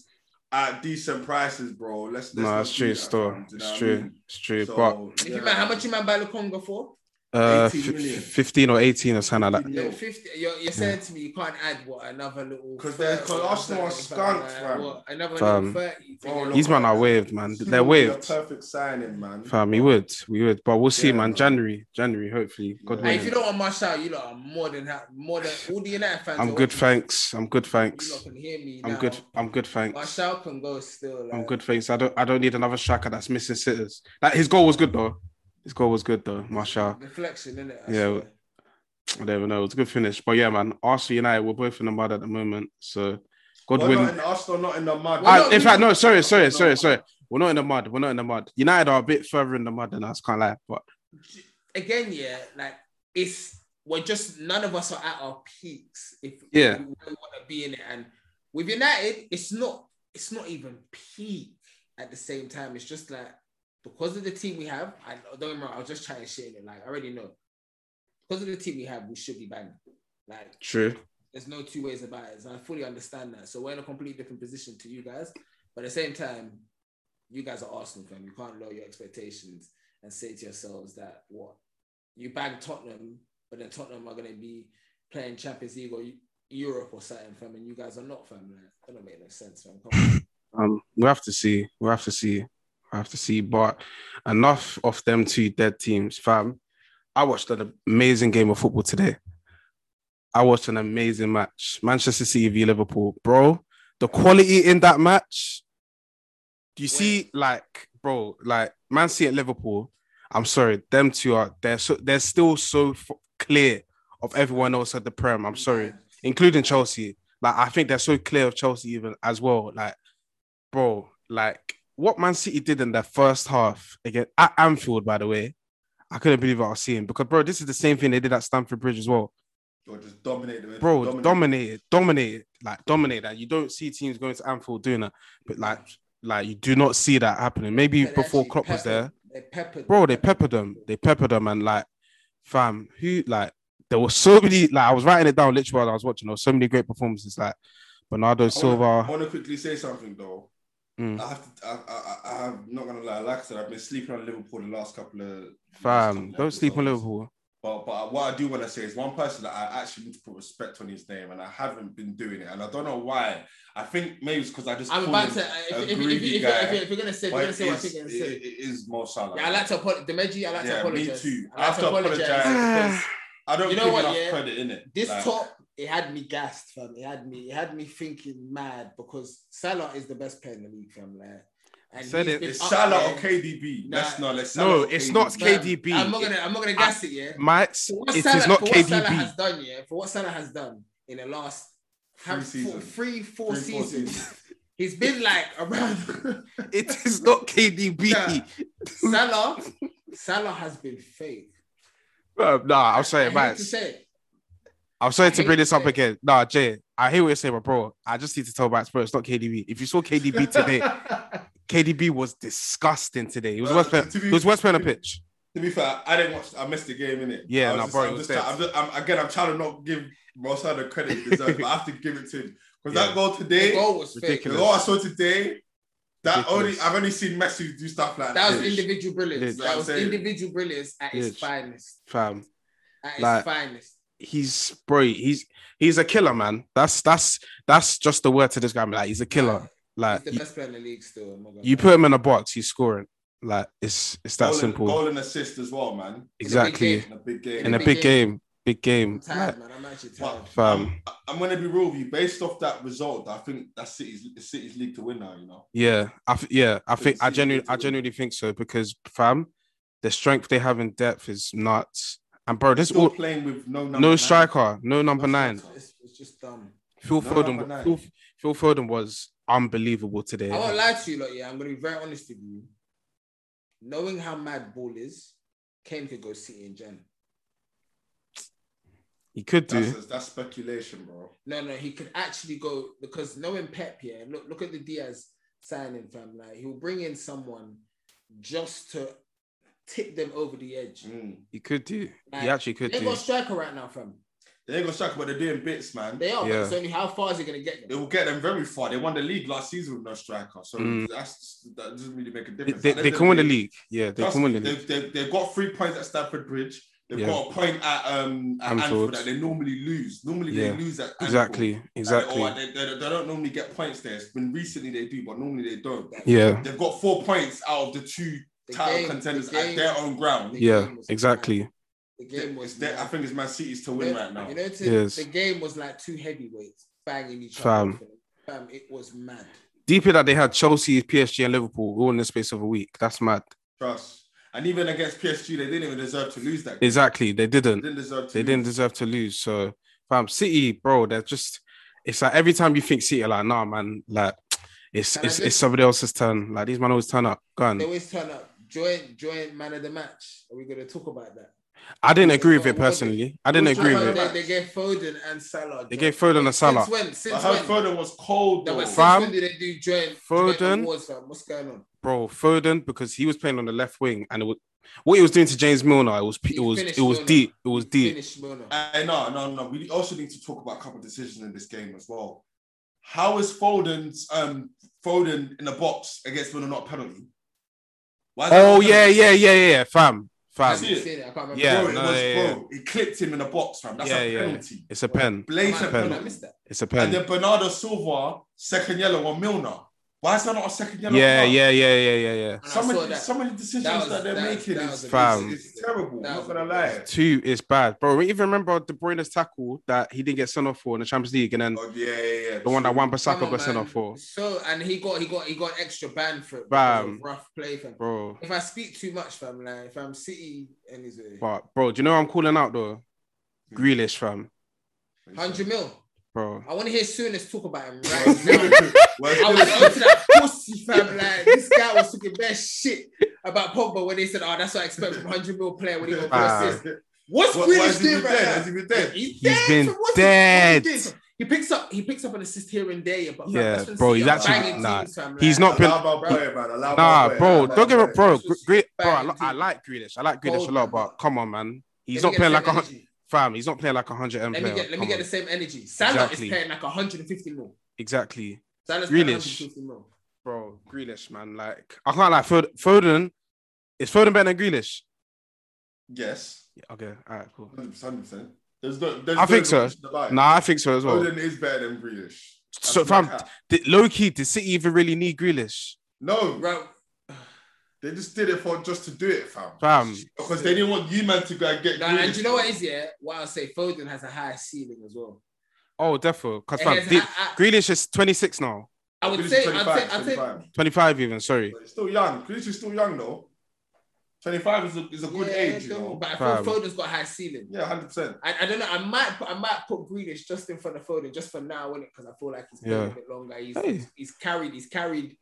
S4: at decent prices, bro. Let's, let's
S3: No,
S4: not
S3: it's
S4: do
S3: true,
S4: that,
S3: it's
S4: fam.
S3: true.
S4: Do you know
S3: It's
S4: what I
S3: true.
S4: mean?
S3: It's true.
S4: So,
S3: But
S5: If
S4: yeah.
S5: you man, how much you man buy Lukonga for?
S3: uh,
S4: 18
S3: f-
S4: million.
S3: 15 or 18 or something like that.
S4: 15
S5: Yeah,
S4: mil.
S5: fifty. You're, you're saying to me you can't add what another little
S4: 'Cause they're- 'cause
S5: 30,
S4: Arsenal are
S5: something
S4: skunks,
S5: like
S4: fam.
S5: what, Another
S3: Fam.
S5: little thirty. to
S4: Oh,
S5: get-
S4: look,
S3: These man are waved, man.
S4: Basuma
S3: They're
S4: would be a
S3: waved.
S4: Perfect signing, man.
S3: Fam, we would, we would, but we'll see,
S4: Yeah,
S3: man.
S4: man.
S3: January, January, hopefully. God
S4: Yeah.
S5: Hey, if you
S3: willing.
S5: don't want Marshall, you lot are more than ha- more than all the United fans.
S3: I'm
S5: are
S3: good,
S5: watching.
S3: thanks. I'm good,
S5: You
S3: thanks.
S5: lot can hear me.
S3: I'm
S5: now.
S3: good. I'm good, thanks.
S5: Marshall can go still. Like,
S3: I'm good, thanks. I don't, I don't need another striker that's missing sitters. Like his goal was good though. His goal was good though, Marshall.
S5: Reflection, innit? I
S3: Yeah,
S5: swear.
S3: I don't know. It was a good finish, but yeah, man. Arsenal United, we're both in the mud at the moment, so God
S4: We're
S3: willing.
S4: not in Arsenal, not in the mud.
S5: We're
S3: Ah,
S5: not
S3: in
S5: in
S3: fact, no. Sorry,
S4: We're
S3: sorry,
S4: not-
S3: sorry, sorry. We're not in the mud. We're not in the mud. United are a bit further in the mud than us. Can't lie, but
S5: Again, yeah, like it's we're just none of us are at our peaks if
S3: Yeah.
S5: we want to be in it. And with United, it's not it's not even peak at the same time. It's just like because of the team we have. I don't remember. I was just trying to share it. Like I already know because of the team we have, we should be banging. Like
S3: true.
S5: there's no two ways about it. So I fully understand that. So we're in a completely different position to you guys. But at the same time, you guys are Arsenal fan. You can't lower your expectations and say to yourselves that what you bag Tottenham, but then Tottenham are going to be playing Champions League or Eu- Europe or something, fam, and you guys are not, fam. Like, that don't make no sense, fam. Come on.
S3: Um, we have to see. We have to see. We have to see. But enough of them two dead teams, fam. I watched an amazing game of football today. I watched an amazing match. Manchester City v Liverpool, bro. The quality in that match. Do you see, like, bro, like Man City at Liverpool? I'm sorry, them two are they're so they're still so f- clear of everyone else at the prem. I'm sorry including Chelsea. Like I think they're so clear of Chelsea even as well. Like, bro, like what Man City did in their first half again at Anfield, by the way, I couldn't believe what I was seeing because, bro, this is the same thing they did at Stamford Bridge as well.
S4: Or just dominate the middle,
S3: Bro,
S4: dominate.
S3: dominated, dominated, like dominated. That you don't see teams going to Anfield doing that, but like, like you do not see that happening. Maybe
S5: They
S3: before
S5: actually
S3: Klopp was
S5: peppered-
S3: there,
S5: They peppered,
S3: bro, they peppered them. They peppered them, and like, fam, who like there were so many. Like, I was writing it down literally while I was watching. There were so many great performances, like
S5: Oh,
S4: I
S3: Bernardo
S4: wanna- I
S3: Silva.
S4: want to quickly say something though.
S3: Mm.
S4: I have to. I, I, I, I'm not gonna lie. Like I said, I've been sleeping on Liverpool the last couple of. last couple
S3: Fam,
S4: of
S3: don't sleep on
S4: episodes.
S3: Liverpool.
S4: But but what I do want to say is one person that I actually need to put respect on his name, and I haven't been doing it, and I don't know why. I think maybe it's because I just.
S5: I'm
S4: call
S5: about
S4: him
S5: to. If,
S4: a
S5: if, if, if,
S4: greedy
S5: if,
S4: guy,
S5: if, if you're gonna say, if you're
S4: but
S5: gonna say what I
S4: it
S5: think you're gonna
S4: is-
S5: say.
S4: it- it is Mo Salah.
S5: Yeah, I like to apologize. Demeji, I like
S4: Yeah,
S5: to
S4: me
S5: apologize.
S4: too.
S5: I like to apologize. because
S4: I don't
S5: You know
S4: give
S5: what,
S4: enough
S5: yeah?
S4: credit in it.
S5: this top, it had me gassed, fam. It had me, it had me thinking mad because Salah is the best player in the league, fam. Like, and
S3: Said
S5: he's
S3: it.
S5: been
S4: It's
S5: up
S4: Salah
S5: there.
S4: or KDB.
S5: Nah.
S4: Let's not. Let's
S3: No,
S4: Salah or
S3: it's not
S4: KDB.
S5: Fam,
S3: KDB.
S5: I'm not gonna, I'm not gonna gas it, yeah.
S3: My, it
S5: For what
S3: is
S5: Salah-
S3: not
S5: for what Salah has
S3: KDB.
S5: done, yeah. For what Salah has done in the last
S4: Three
S5: how- four,
S4: seasons.
S5: three, four
S4: Three, four
S5: seasons,
S4: seasons.
S5: he's been like around.
S3: It is not KDB.
S5: Nah. Salah, Salah has been fake.
S3: Fam, nah, I'm
S5: I
S3: sorry,
S5: hate
S3: man.
S5: to say it.
S3: I'm sorry
S5: I
S3: to
S5: hate
S3: bring this up
S5: it.
S3: again. Nah, Jay, I hear what you're saying, but bro, I just need to tell Max, bro, it's not KDB. If you saw KDB today, KDB was disgusting today. He was
S4: Uh,
S3: West Ham.
S4: to be-
S3: He was West Ham on the pitch.
S4: To be fair, I didn't watch. I missed the game in it.
S3: Yeah,
S4: I
S3: nah,
S4: was
S3: bro,
S4: just,
S3: it
S4: I'm
S3: was
S4: just, try- I'm just, I'm, again, I'm trying to not give Marcel the credit he deserves, but I have to give it to him because
S3: Yeah.
S4: that goal
S5: The
S4: today,
S5: goal was fake.
S3: Ridiculous.
S4: the goal I saw today, that
S3: Ridiculous.
S4: only I've only seen Messi do stuff like
S5: That was
S3: Yes.
S5: individual
S3: Yes.
S5: brilliance. That was
S4: I'm saying.
S5: individual brilliance at its
S3: Yes.
S5: finest.
S3: Fam,
S5: At its
S3: Like-
S5: finest.
S3: he's bro, he's he's a killer, man. That's that's that's just the word to describe him. Like he's a killer. Like
S5: He's the
S3: you,
S5: best player in the league still. I'm not gonna
S3: you
S5: lie.
S3: put him in a box, he's scoring. Like it's it's that
S4: goal
S3: simple.
S4: And, goal and assist as well, man.
S3: exactly.
S4: In a big game.
S3: In a big game, big
S5: I'm
S3: game. Like,
S5: tired, man. I'm actually tired.
S4: But
S3: Fam.
S4: I'm, I'm gonna be real with you. Based off that result, I think that's City's City's league to win now. You know,
S3: Yeah, I th- yeah, I
S4: But
S3: think
S4: you
S3: I
S4: see,
S3: genuinely
S4: it's
S3: I
S4: all-
S3: genuinely think so because fam, the strength they have in depth is nuts. And bro,
S4: They're
S3: this
S4: still
S3: all
S4: playing with no number
S3: no
S4: nine.
S3: striker, no number
S4: No
S3: nine.
S4: striker.
S5: It's, it's just dumb.
S3: Phil
S4: No
S3: Foden,
S4: number
S3: Phil,
S4: nine.
S3: Phil Foden was unbelievable today.
S5: I won't lie to you, lot. Yeah, I'm gonna be very honest with you. Knowing how mad ball is, Kane could go City in Jan.
S3: He could do.
S4: That's, that's speculation, bro.
S5: No, no, he could actually go because knowing Pep, yeah, look, look at the Diaz signing, fam. Like he'll bring in someone just to tip them over the edge.
S4: Mm.
S3: He could do.
S5: Like,
S3: He actually could
S5: They've got
S3: do.
S5: a striker right now, fam.
S4: They ain't gonna strike, but they're doing bits, man.
S5: They are,
S3: Yeah.
S5: but it's only how far is he gonna get
S4: it
S5: them?
S4: will get them very far. They won the league last season with no striker, so
S3: Mm.
S4: that's that doesn't really make a
S3: They,
S4: difference.
S3: they,
S4: At
S3: they
S4: end
S3: can
S4: of
S3: win the league. Yeah, they
S4: trust
S3: can win
S4: me,
S3: the league.
S4: They've, they've, they've got three points at Stamford Bridge. They've
S3: Yeah.
S4: got a point at um at
S3: Anfield.
S4: Anfield. that they normally lose. Normally
S3: Yeah.
S4: they lose at Anfield.
S3: Exactly.
S4: Or
S3: Exactly.
S4: they, they, they don't normally get points there. It's been recently they do, but normally they don't.
S3: Yeah.
S4: They've got four points out of the two
S5: The
S4: title
S5: game-
S4: contenders
S5: the game-
S4: at their own ground.
S5: The
S3: Yeah.
S5: game was
S3: Exactly.
S5: The game
S4: It's
S5: was.
S4: their- I
S5: mad.
S4: think it's Man City's to win
S5: You know-
S4: right now.
S5: You know, to,
S3: Yes.
S5: the game was like two heavyweights banging each
S3: Fam.
S5: other. Fam, it was mad.
S3: Deeper that they had Chelsea, PSG, and Liverpool all in the space of a week. That's mad.
S4: Trust. And even against PSG, they didn't even deserve to lose that. Game.
S3: Exactly. They
S4: They
S3: didn't.
S4: didn't deserve to.
S3: They
S4: lose.
S3: didn't deserve to lose. So, fam, City, bro, they're just. It's like every time you think City, you're like, nah, man, like it's
S5: And I
S3: it's,
S5: just-
S3: it's somebody else's turn. Like these man always turn up.
S5: They
S3: Gone.
S5: always turn up. Joint, joint man of the match. Are we going to talk about that?
S3: I didn't agree with it
S5: Well, what-
S3: personally. I didn't
S4: Which
S3: agree
S4: one
S3: with
S4: of
S3: it.
S5: They,
S4: it.
S5: they gave Foden and Salah.
S3: They
S5: joint-
S3: gave Foden and Salah.
S5: Since when? Since
S4: But how
S5: when?
S4: Foden was cold.
S5: No,
S4: Though.
S5: but since
S3: Fam,
S5: when did they do joint?
S3: Foden-
S5: Joint awards, fam? What's going on?
S3: bro, Foden because he was playing on the left wing and it was what he was doing to James Milner. It was it
S5: He
S3: was
S5: finished
S3: it was
S5: Milner.
S3: deep. It was
S5: He
S3: deep.
S5: Finished Milner.
S4: I, no, no, no. We also need to talk about a couple of decisions in this game as well. How is Foden's um Foden in the box against Milner not a penalty? Why is it
S3: Oh
S4: not a
S3: yeah,
S4: penalty?
S3: yeah, yeah, yeah, yeah, fam,
S5: I
S3: fam.
S4: see it.
S5: haven't seen it. I can't remember.
S3: Yeah,
S4: bro, it
S3: no,
S4: was
S3: yeah, yeah.
S4: bro. It clipped him in the box, fam. That's
S3: Yeah,
S4: a
S3: yeah.
S4: penalty.
S3: It's a pen.
S5: I,
S4: Blatant
S5: might-
S3: pen.
S5: I
S4: penalty.
S5: missed that.
S3: It's a
S4: And
S3: pen.
S4: then Bernardo Silva second yellow on Milner. Why is that not a second yellow?
S3: Yeah,
S4: on Milner?
S3: yeah, yeah, yeah, yeah, yeah.
S5: And I
S4: Some
S5: saw
S4: of, the,
S5: that.
S4: some of the decisions
S5: That
S4: that,
S5: was-
S4: they're
S5: that-
S4: making
S5: that
S4: is,
S5: was
S3: a-
S4: is, is terrible.
S5: That
S4: I'm
S5: was
S4: not
S5: a-
S4: gonna lie.
S3: Two is bad, bro. Even remember De Bruyne's tackle that he didn't get sent off for in the Champions League, and then
S4: Oh, yeah, yeah, yeah.
S3: the one that
S4: True.
S3: Wan
S5: Come
S3: Bissaka
S5: on,
S3: got sent
S5: man.
S3: off for,
S5: So and he got he got he got an extra ban for it. because
S3: Fam.
S5: of Rough play, fam.
S3: bro.
S5: If I speak too much, fam, like if I'm City and his Hmm.
S3: But bro, do you know what I'm calling out though? Grealish, fam,
S5: hundred mil.
S3: bro.
S5: I want to hear Sooners talk about him right now. I was onto that pussy fam. Like this guy was talking bare shit about Pogba when they said, "Oh, that's what I expect from a hundred mil player when he got
S3: Ah.
S5: four assists." What's
S4: What- why
S5: Grealish
S4: has he
S5: doing
S4: been
S5: right
S4: dead?
S5: now?
S4: Has he been dead?
S5: He's,
S3: He's been
S5: so what's he-
S3: dead.
S5: what's he doing? He picks up. He picks up an assist here and there, but
S3: Yeah,
S5: that's when
S3: bro,
S5: City
S3: he's
S5: are
S3: actually-
S5: banging
S3: nah.
S5: teams, fam,
S3: He's
S5: like,
S3: not been- Nah, bro. Don't give it, bro.
S5: This was
S3: Great, bro. I,
S5: bad
S3: lo- I
S5: indeed.
S3: like Grealish. I like Grealish a
S5: Cold,
S3: lot, but
S5: man.
S3: come on, man. He's
S5: Let
S3: not
S5: me
S3: playing
S5: get
S3: like
S5: the
S3: a
S5: same
S3: hun-
S5: energy.
S3: fam. He's not playing like a hundred M
S5: Let me
S3: player.
S5: get. Let me
S3: come
S5: get
S3: on.
S5: the same energy. Salah
S3: Exactly.
S5: is paying like 150 mil.
S3: Exactly,
S5: Salah's
S3: Grealish.
S5: paying 150 mil.
S3: bro. Grealish, man. Like I can't lie. Fod- Foden is Foden better than Grealish?
S4: Yes,
S3: Yeah, okay, all right, cool.
S4: hundred percent. There's no. There's
S3: I think
S4: no
S3: so.
S4: question about it.
S3: Nah, I think so as well.
S4: Foden is better than Grealish. That's
S3: So,
S4: no
S3: fam,
S4: cap.
S3: did, low key, did City even really need Grealish?
S4: no,
S5: Bro,
S4: they just did it for just to do it, fam.
S3: Fam,
S4: Because they didn't want you man to go and get.
S5: no, and
S4: Grealish,
S5: you know what
S4: fam.
S5: is yeah? What I'll say, Foden has a higher ceiling as well.
S3: oh, definitely. Because
S5: It
S3: fam,
S5: has
S3: did,
S5: hi- hi-
S3: Grealish is 26 now,
S5: I would
S4: Grealish is
S5: say, I'd say,
S4: 25,
S5: I'd say,
S4: 25.
S3: 25 even. Sorry,
S4: But he's still young. Grealish is still young though. Twenty-five is a, is a good
S5: yeah,
S4: age, you
S5: don't-
S4: know.
S5: But I
S3: Fam.
S5: feel Foden's got a high ceiling.
S4: Yeah, hundred percent.
S5: I, I don't know. I might put, I might put Greenish just in front of Foden just for now, innit? Because I feel like he's
S3: Yeah.
S5: played a bit longer. He's,
S3: Hey.
S5: he's he's carried he's carried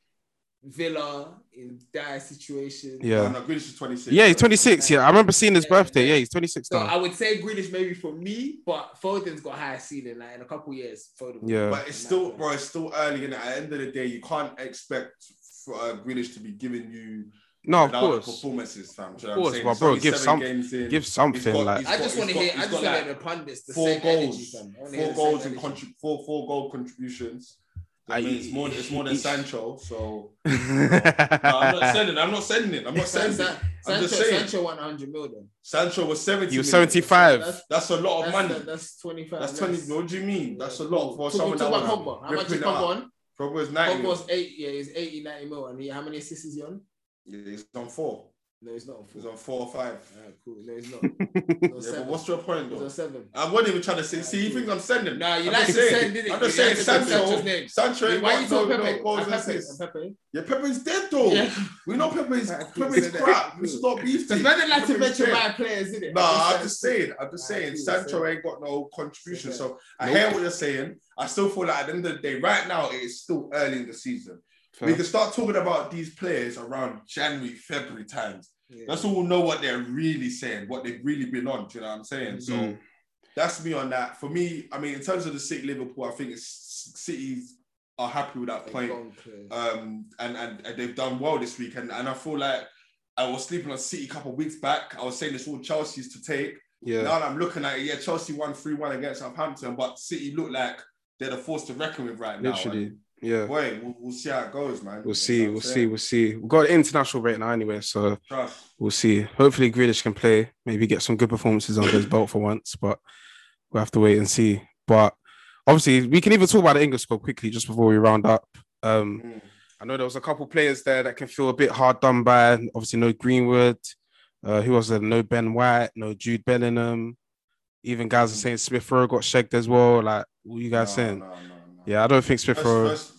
S5: Villa in dire situation.
S4: Yeah.
S3: yeah,
S4: No, Grealish is twenty-six.
S3: yeah, he's 26. Yeah, I remember seeing his
S5: Yeah,
S3: birthday.
S5: yeah.
S3: Yeah, he's 26
S5: So
S3: now.
S5: I would say Greenish maybe for me, but Foden's got a higher ceiling. Like in a couple years, Foden.
S3: Yeah,
S4: But it's still, bro, it's still early, and at the end of the day, you can't expect for uh, Grealish to be giving you
S3: no, of
S4: Ronaldo
S3: course,
S4: performances, fam. Do you know
S3: Of
S4: what I'm
S3: course,
S4: saying?
S3: but
S4: It's
S3: bro,
S4: only
S3: give
S4: seven
S3: some-
S4: games in.
S3: give something
S4: got-
S3: like
S4: he's
S5: I just
S4: got-
S5: want to
S4: he's
S5: hear.
S4: got-
S5: I
S4: he's
S5: just
S4: got
S5: want
S4: like
S5: to the pundits. The
S4: four
S5: same energy,
S4: goals,
S5: fam. I wanna
S4: four
S5: hear the same
S4: goals and
S5: energy.
S4: contri- four four goal contributions. I
S3: I-
S4: mean, it's more, it's more than Sancho. So no, I'm not
S3: he
S4: sending. I'm not sending. I'm not
S5: San-
S4: sending.
S5: San-
S4: I'm
S5: Sancho,
S4: just saying.
S5: Sancho won 100 mil then.
S4: Sancho was seventy.
S3: was
S4: million.
S3: 75.
S5: That's-
S4: That's a lot of
S5: That's,
S4: money.
S5: that- that's 25.
S4: That's twenty. What do you mean? That's a lot for
S5: Talk-
S4: someone
S5: talk
S4: that
S5: about
S4: was.
S5: Pogba. How much is
S4: ripping it
S5: Pogba
S4: up.
S5: on?
S4: Pogba's ninety.
S5: Pogba's eight, yeah, he's 80, 90 mil. And he, how many assists is he on?
S4: Yeah, he's on four.
S5: No, he's not on four.
S4: He's on four or five.
S5: Alright, cool. No, he's not. He's on
S4: Yeah,
S5: seven.
S4: but what's your point
S5: he's
S4: though?
S5: on seven.
S4: I wasn't even trying to say. See, you think I'm sending?
S5: Nah, you
S4: I'm
S5: like
S4: just
S5: to
S4: saying-
S5: send, didn't
S4: I'm
S5: you?
S4: just
S5: You
S4: saying
S5: like to send
S4: Sancho.
S5: Sancho's name.
S4: Sancho. ain't
S5: Why
S4: got
S5: you talk
S4: no- no
S5: Pepe?
S4: goals
S5: I'm
S4: and
S5: Pepe.
S4: assists.
S5: I'm Pepe.
S4: Yeah, Pepe's dead though.
S5: Yeah.
S4: We know Pepe's
S5: Right,
S4: Pepe's
S5: so that-
S4: crap. We should not beef
S5: Because
S4: him.
S5: men don't like to
S4: Pepe's
S5: mention
S4: dead.
S5: my players, innit?
S4: Nah, I'm just saying. I'm just
S5: I
S4: saying.
S5: agree,
S4: Sancho
S5: same.
S4: ain't got no contribution.
S5: Same.
S4: So I hear what you're saying. I still feel like at the end of the day, right now it's still early in the season. We can start talking about these players around January, February times.
S5: Yeah.
S4: That's all we'll know what they're really saying, what they've really been on. Do you know what I'm
S5: Mm-hmm.
S4: saying? So
S3: Mm.
S4: that's me on that. For me, I mean, in terms of the City Liverpool, I think it's Cities are happy with that
S5: They've
S4: point
S5: gone clear.
S4: um, and, and and they've done well this week. And, and I feel like I was sleeping on City a couple of weeks back. I was saying it's all Chelsea's to take.
S3: yeah,
S4: Now that I'm looking at it, yeah, Chelsea won 3 1 against Southampton, but City look like they're the force to reckon with right now.
S3: literally,
S4: And
S3: yeah.
S4: boy, we'll, we'll see how it goes, man.
S3: We'll see, we'll see, we'll see. We've got an international rate now anyway, so
S4: Trust.
S3: we'll see. Hopefully, Grealish can play, maybe get some good performances under his belt for once, but we'll have to wait and see. But obviously, we can even talk about the English squad quickly just before we round up. Um,
S4: Mm.
S3: I know there was a couple players there that can feel a bit hard done by. Obviously, no Greenwood. Uh, who was there? No Ben White, no Jude Bellingham. Even guys are saying Smith Rowe got shagged as well. Like, what you guys
S4: No,
S3: saying?
S4: no, no, no.
S3: Yeah, I don't think Smith
S4: First-
S3: Rowe.
S4: first-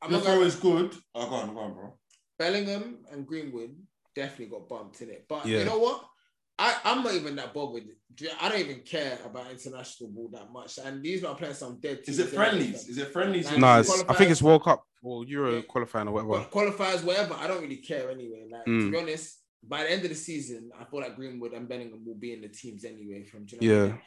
S5: I'm not
S4: Smith
S5: gonna-
S4: Rowe is good. Oh, go on, go on, bro.
S5: Bellingham and Greenwood definitely got bumped in it. But
S3: Yeah.
S5: you know what? I, I'm not even that bothered. Do you- I don't even care about international ball that much. And these lot are playing some dead teams.
S4: Is it
S5: They're not
S4: friendlies? Is it friendlies?
S5: Nah,
S3: No,
S5: Nah,
S3: it's, I think it's World Cup or Euro qualifying or whatever.
S5: But qualifiers, whatever. I don't really care anyway. Like
S3: Mm.
S5: to be honest, by the end of the season, I feel like Greenwood and Bellingham will be in the teams anyway. From do you know what I
S3: Yeah,
S5: mean?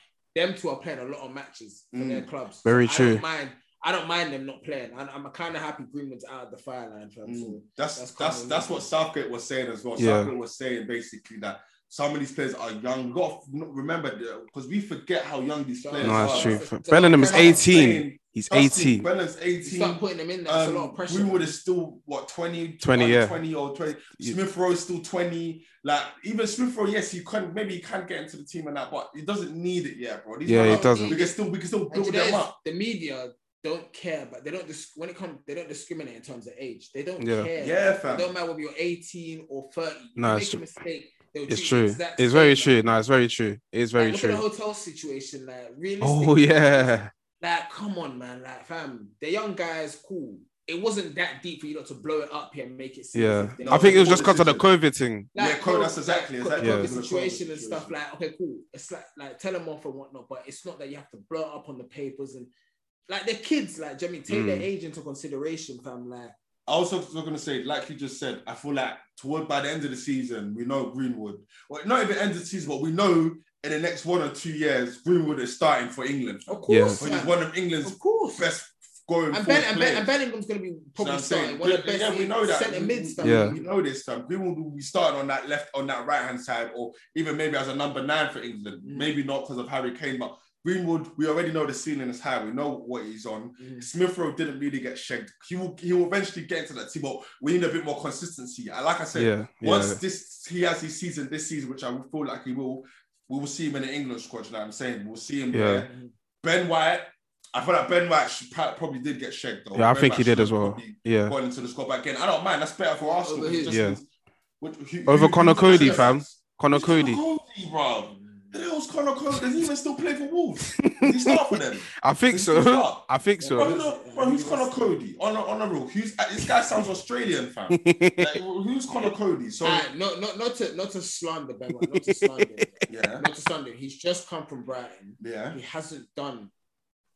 S5: them two are playing a lot of matches for
S4: Mm.
S5: their clubs.
S3: Very
S5: I
S3: true.
S5: Don't mind, I don't mind them not playing. I, I'm kind of happy Greenwood's out of the fire line. Fam,
S4: Mm.
S5: so
S4: That's that's
S5: That's
S4: that's,
S5: common, isn't
S4: what
S5: it?
S4: Southgate was saying as well.
S3: Yeah.
S4: Southgate was saying basically that some of these players are young. You got to remember because we forget how young these
S5: So-
S4: players
S3: no,
S4: are.
S3: that's
S5: So-
S3: true.
S5: so-
S3: Bellingham is
S5: so-
S3: 18. He's 18.
S4: Brennan's
S5: You start
S4: eighteen.
S5: putting them in. That's a lot
S4: Um,
S5: of
S4: we
S5: pressure.
S4: would have still what 20,
S3: 20,
S4: under
S3: yeah.
S4: 20 or 20.
S3: You-
S4: Smith Rowe's still 20. Like even Smith Rowe, yes, you can maybe he can get into the team and that, but he doesn't need it yet, bro. These
S3: Yeah,
S4: guys-
S3: he doesn't.
S4: we can still we can still
S5: And
S4: build
S5: you know
S4: them
S5: it's-
S4: up.
S5: the media don't care, but they don't dis- when it comes they don't discriminate in terms of age. They don't
S3: Yeah.
S5: care.
S4: Yeah,
S5: It don't
S4: fam.
S5: matter whether you're 18 or 30. If
S3: No,
S5: you
S3: it's
S5: make a
S3: tr-
S5: mistake. they'll treat
S3: It's
S5: you
S3: true.
S5: exact
S3: It's very
S5: same,
S3: true.
S5: like-
S3: No, it's very true. It is very
S5: like, Look at
S3: true.
S5: the hotel situation, like realistically,
S3: Oh yeah.
S5: like come on, man, like fam, the young guys, cool. It wasn't that deep for you not to blow it up here and make it. seem as
S3: Yeah.
S5: if they-
S3: I think it was
S4: No,
S3: just because of the COVID thing.
S4: Yeah, Cole,
S5: Cole-
S4: that's exactly-
S5: like,
S4: exactly
S3: what
S5: Cole- the
S4: it was, the Cole
S5: situation and stuff.
S4: situation.
S5: Like, okay, cool. It's like like tell them off and whatnot, but it's not that you have to blow it up on the papers and Like they're kids, like Jimmy, take their
S3: Mm.
S5: age into consideration, fam. Like
S4: I also was going to say, like you just said, I feel like toward by the end of the season, we know Greenwood. Well, not even end of the season, but we know in the next one or two years, Greenwood is starting for England.
S5: of
S3: Yeah.
S5: course,
S4: When
S5: man.
S4: he's one of England's
S5: of course.
S4: best going
S5: Oh, And,
S4: forward
S5: ben, and, ben,
S4: players.
S5: and Bellingham's going to be
S4: So
S5: probably
S4: I'm saying,
S5: starting one of the
S4: yeah,
S5: best
S4: we know that.
S5: centre mids. fam.
S3: Yeah.
S4: We know this stuff. Greenwood will be starting on that left, on that right hand side, or even maybe as a number nine for England.
S5: Mm.
S4: Maybe not because of Harry Kane, but Greenwood, we already know the ceiling is high. We know what he's on.
S5: Mm.
S4: Smith Rowe didn't really get shagged. He will, he will eventually get into that team, but we need a bit more consistency. And like I said,
S3: Yeah,
S4: once
S3: yeah.
S4: this he has his season this season, which I feel like he will, we will see him in the England squad. You know what I'm saying? We'll see him
S3: Yeah.
S4: there. Ben White, I feel like Ben White should, pro- probably did get shagged though.
S3: Yeah, I
S4: Ben
S3: think
S4: White
S3: he did
S4: should
S3: as well.
S4: probably
S3: Yeah.
S4: gone into the squad back again. I don't mind. That's better for Arsenal.
S5: Over
S4: It
S5: his-
S4: just
S3: Yeah.
S4: means- What- who-
S3: Over
S4: who-
S3: Connor
S4: who-
S3: Cody, fam. Connor
S4: Who's Connor
S3: Cody.
S4: Cody, bro. Who the hell's Connor Cody? Does he even still play for Wolves? Does he start for them?
S3: I think
S4: Is he still
S3: so.
S4: up?
S3: I think
S4: Bro,
S3: so.
S4: you know- bro, who's Connor Cody? On a, on a real, who's this guy sounds Australian, fam. Like, who's Connor Cody? So
S5: Ah, no, no, not to not to slander Ben, White, not to slander, him,
S4: yeah,
S5: not to slander. him. He's just come from Brighton.
S4: yeah.
S5: He hasn't done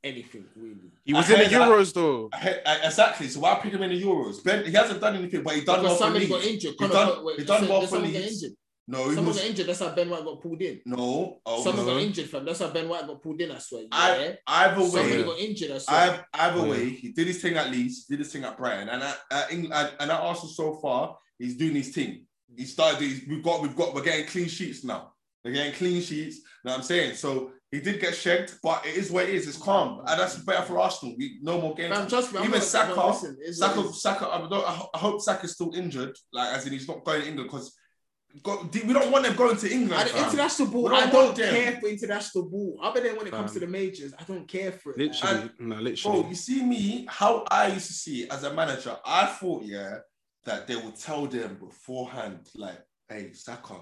S5: anything really.
S3: He was in the
S4: I heard that.
S3: Euros though.
S4: I- I- Exactly. So why pick him in the Euros? Ben, he hasn't done anything, but he done well
S5: Because
S4: for
S5: somebody got
S4: Leeds.
S5: injured.
S4: He
S5: Connor,
S4: done-
S5: wait,
S4: he done
S5: so-
S4: well
S5: did
S4: for
S5: someone get
S4: Leeds.
S5: injured.
S4: No, he
S5: Someone
S4: was
S5: got injured. That's how Ben White got pulled in.
S4: no. Oh,
S5: Someone
S3: no.
S5: got injured, fam. That's how Ben White got pulled in. I swear.
S4: I-
S5: yeah.
S4: either way,
S5: Somebody
S3: Yeah.
S5: got injured. I swear.
S4: I've, either
S3: Yeah.
S4: way, he did his thing at Leeds, did his thing at Brighton, and at, at England, and- and at Arsenal so far, he's doing his thing. He started. He's, we've got. We've got. We're getting clean sheets now. We're getting clean sheets. You know what I'm saying? So he did get shagged, but it is what it is. It's calm, and that's better for Arsenal. We no more games.
S5: Fam, trust me, I'm
S4: Even
S5: not-
S4: Saka-
S5: no, listen, it's what it
S4: Saka,
S5: is.
S4: Saka. I, don't, I ho- I hope Saka's still injured. Like as in he's not going to England because we don't want them going to England.
S5: I,
S4: fam.
S5: international ball,
S4: We don't
S5: I
S4: want
S5: don't
S4: them.
S5: care for international ball. Other than when it comes
S3: Fam.
S5: to the majors, I don't care for it. man.
S3: Literally, no,
S4: Bro,
S3: literally.
S4: you see me, how I used to see it as a manager, I thought, yeah, that they would tell them beforehand, like, hey, Saka,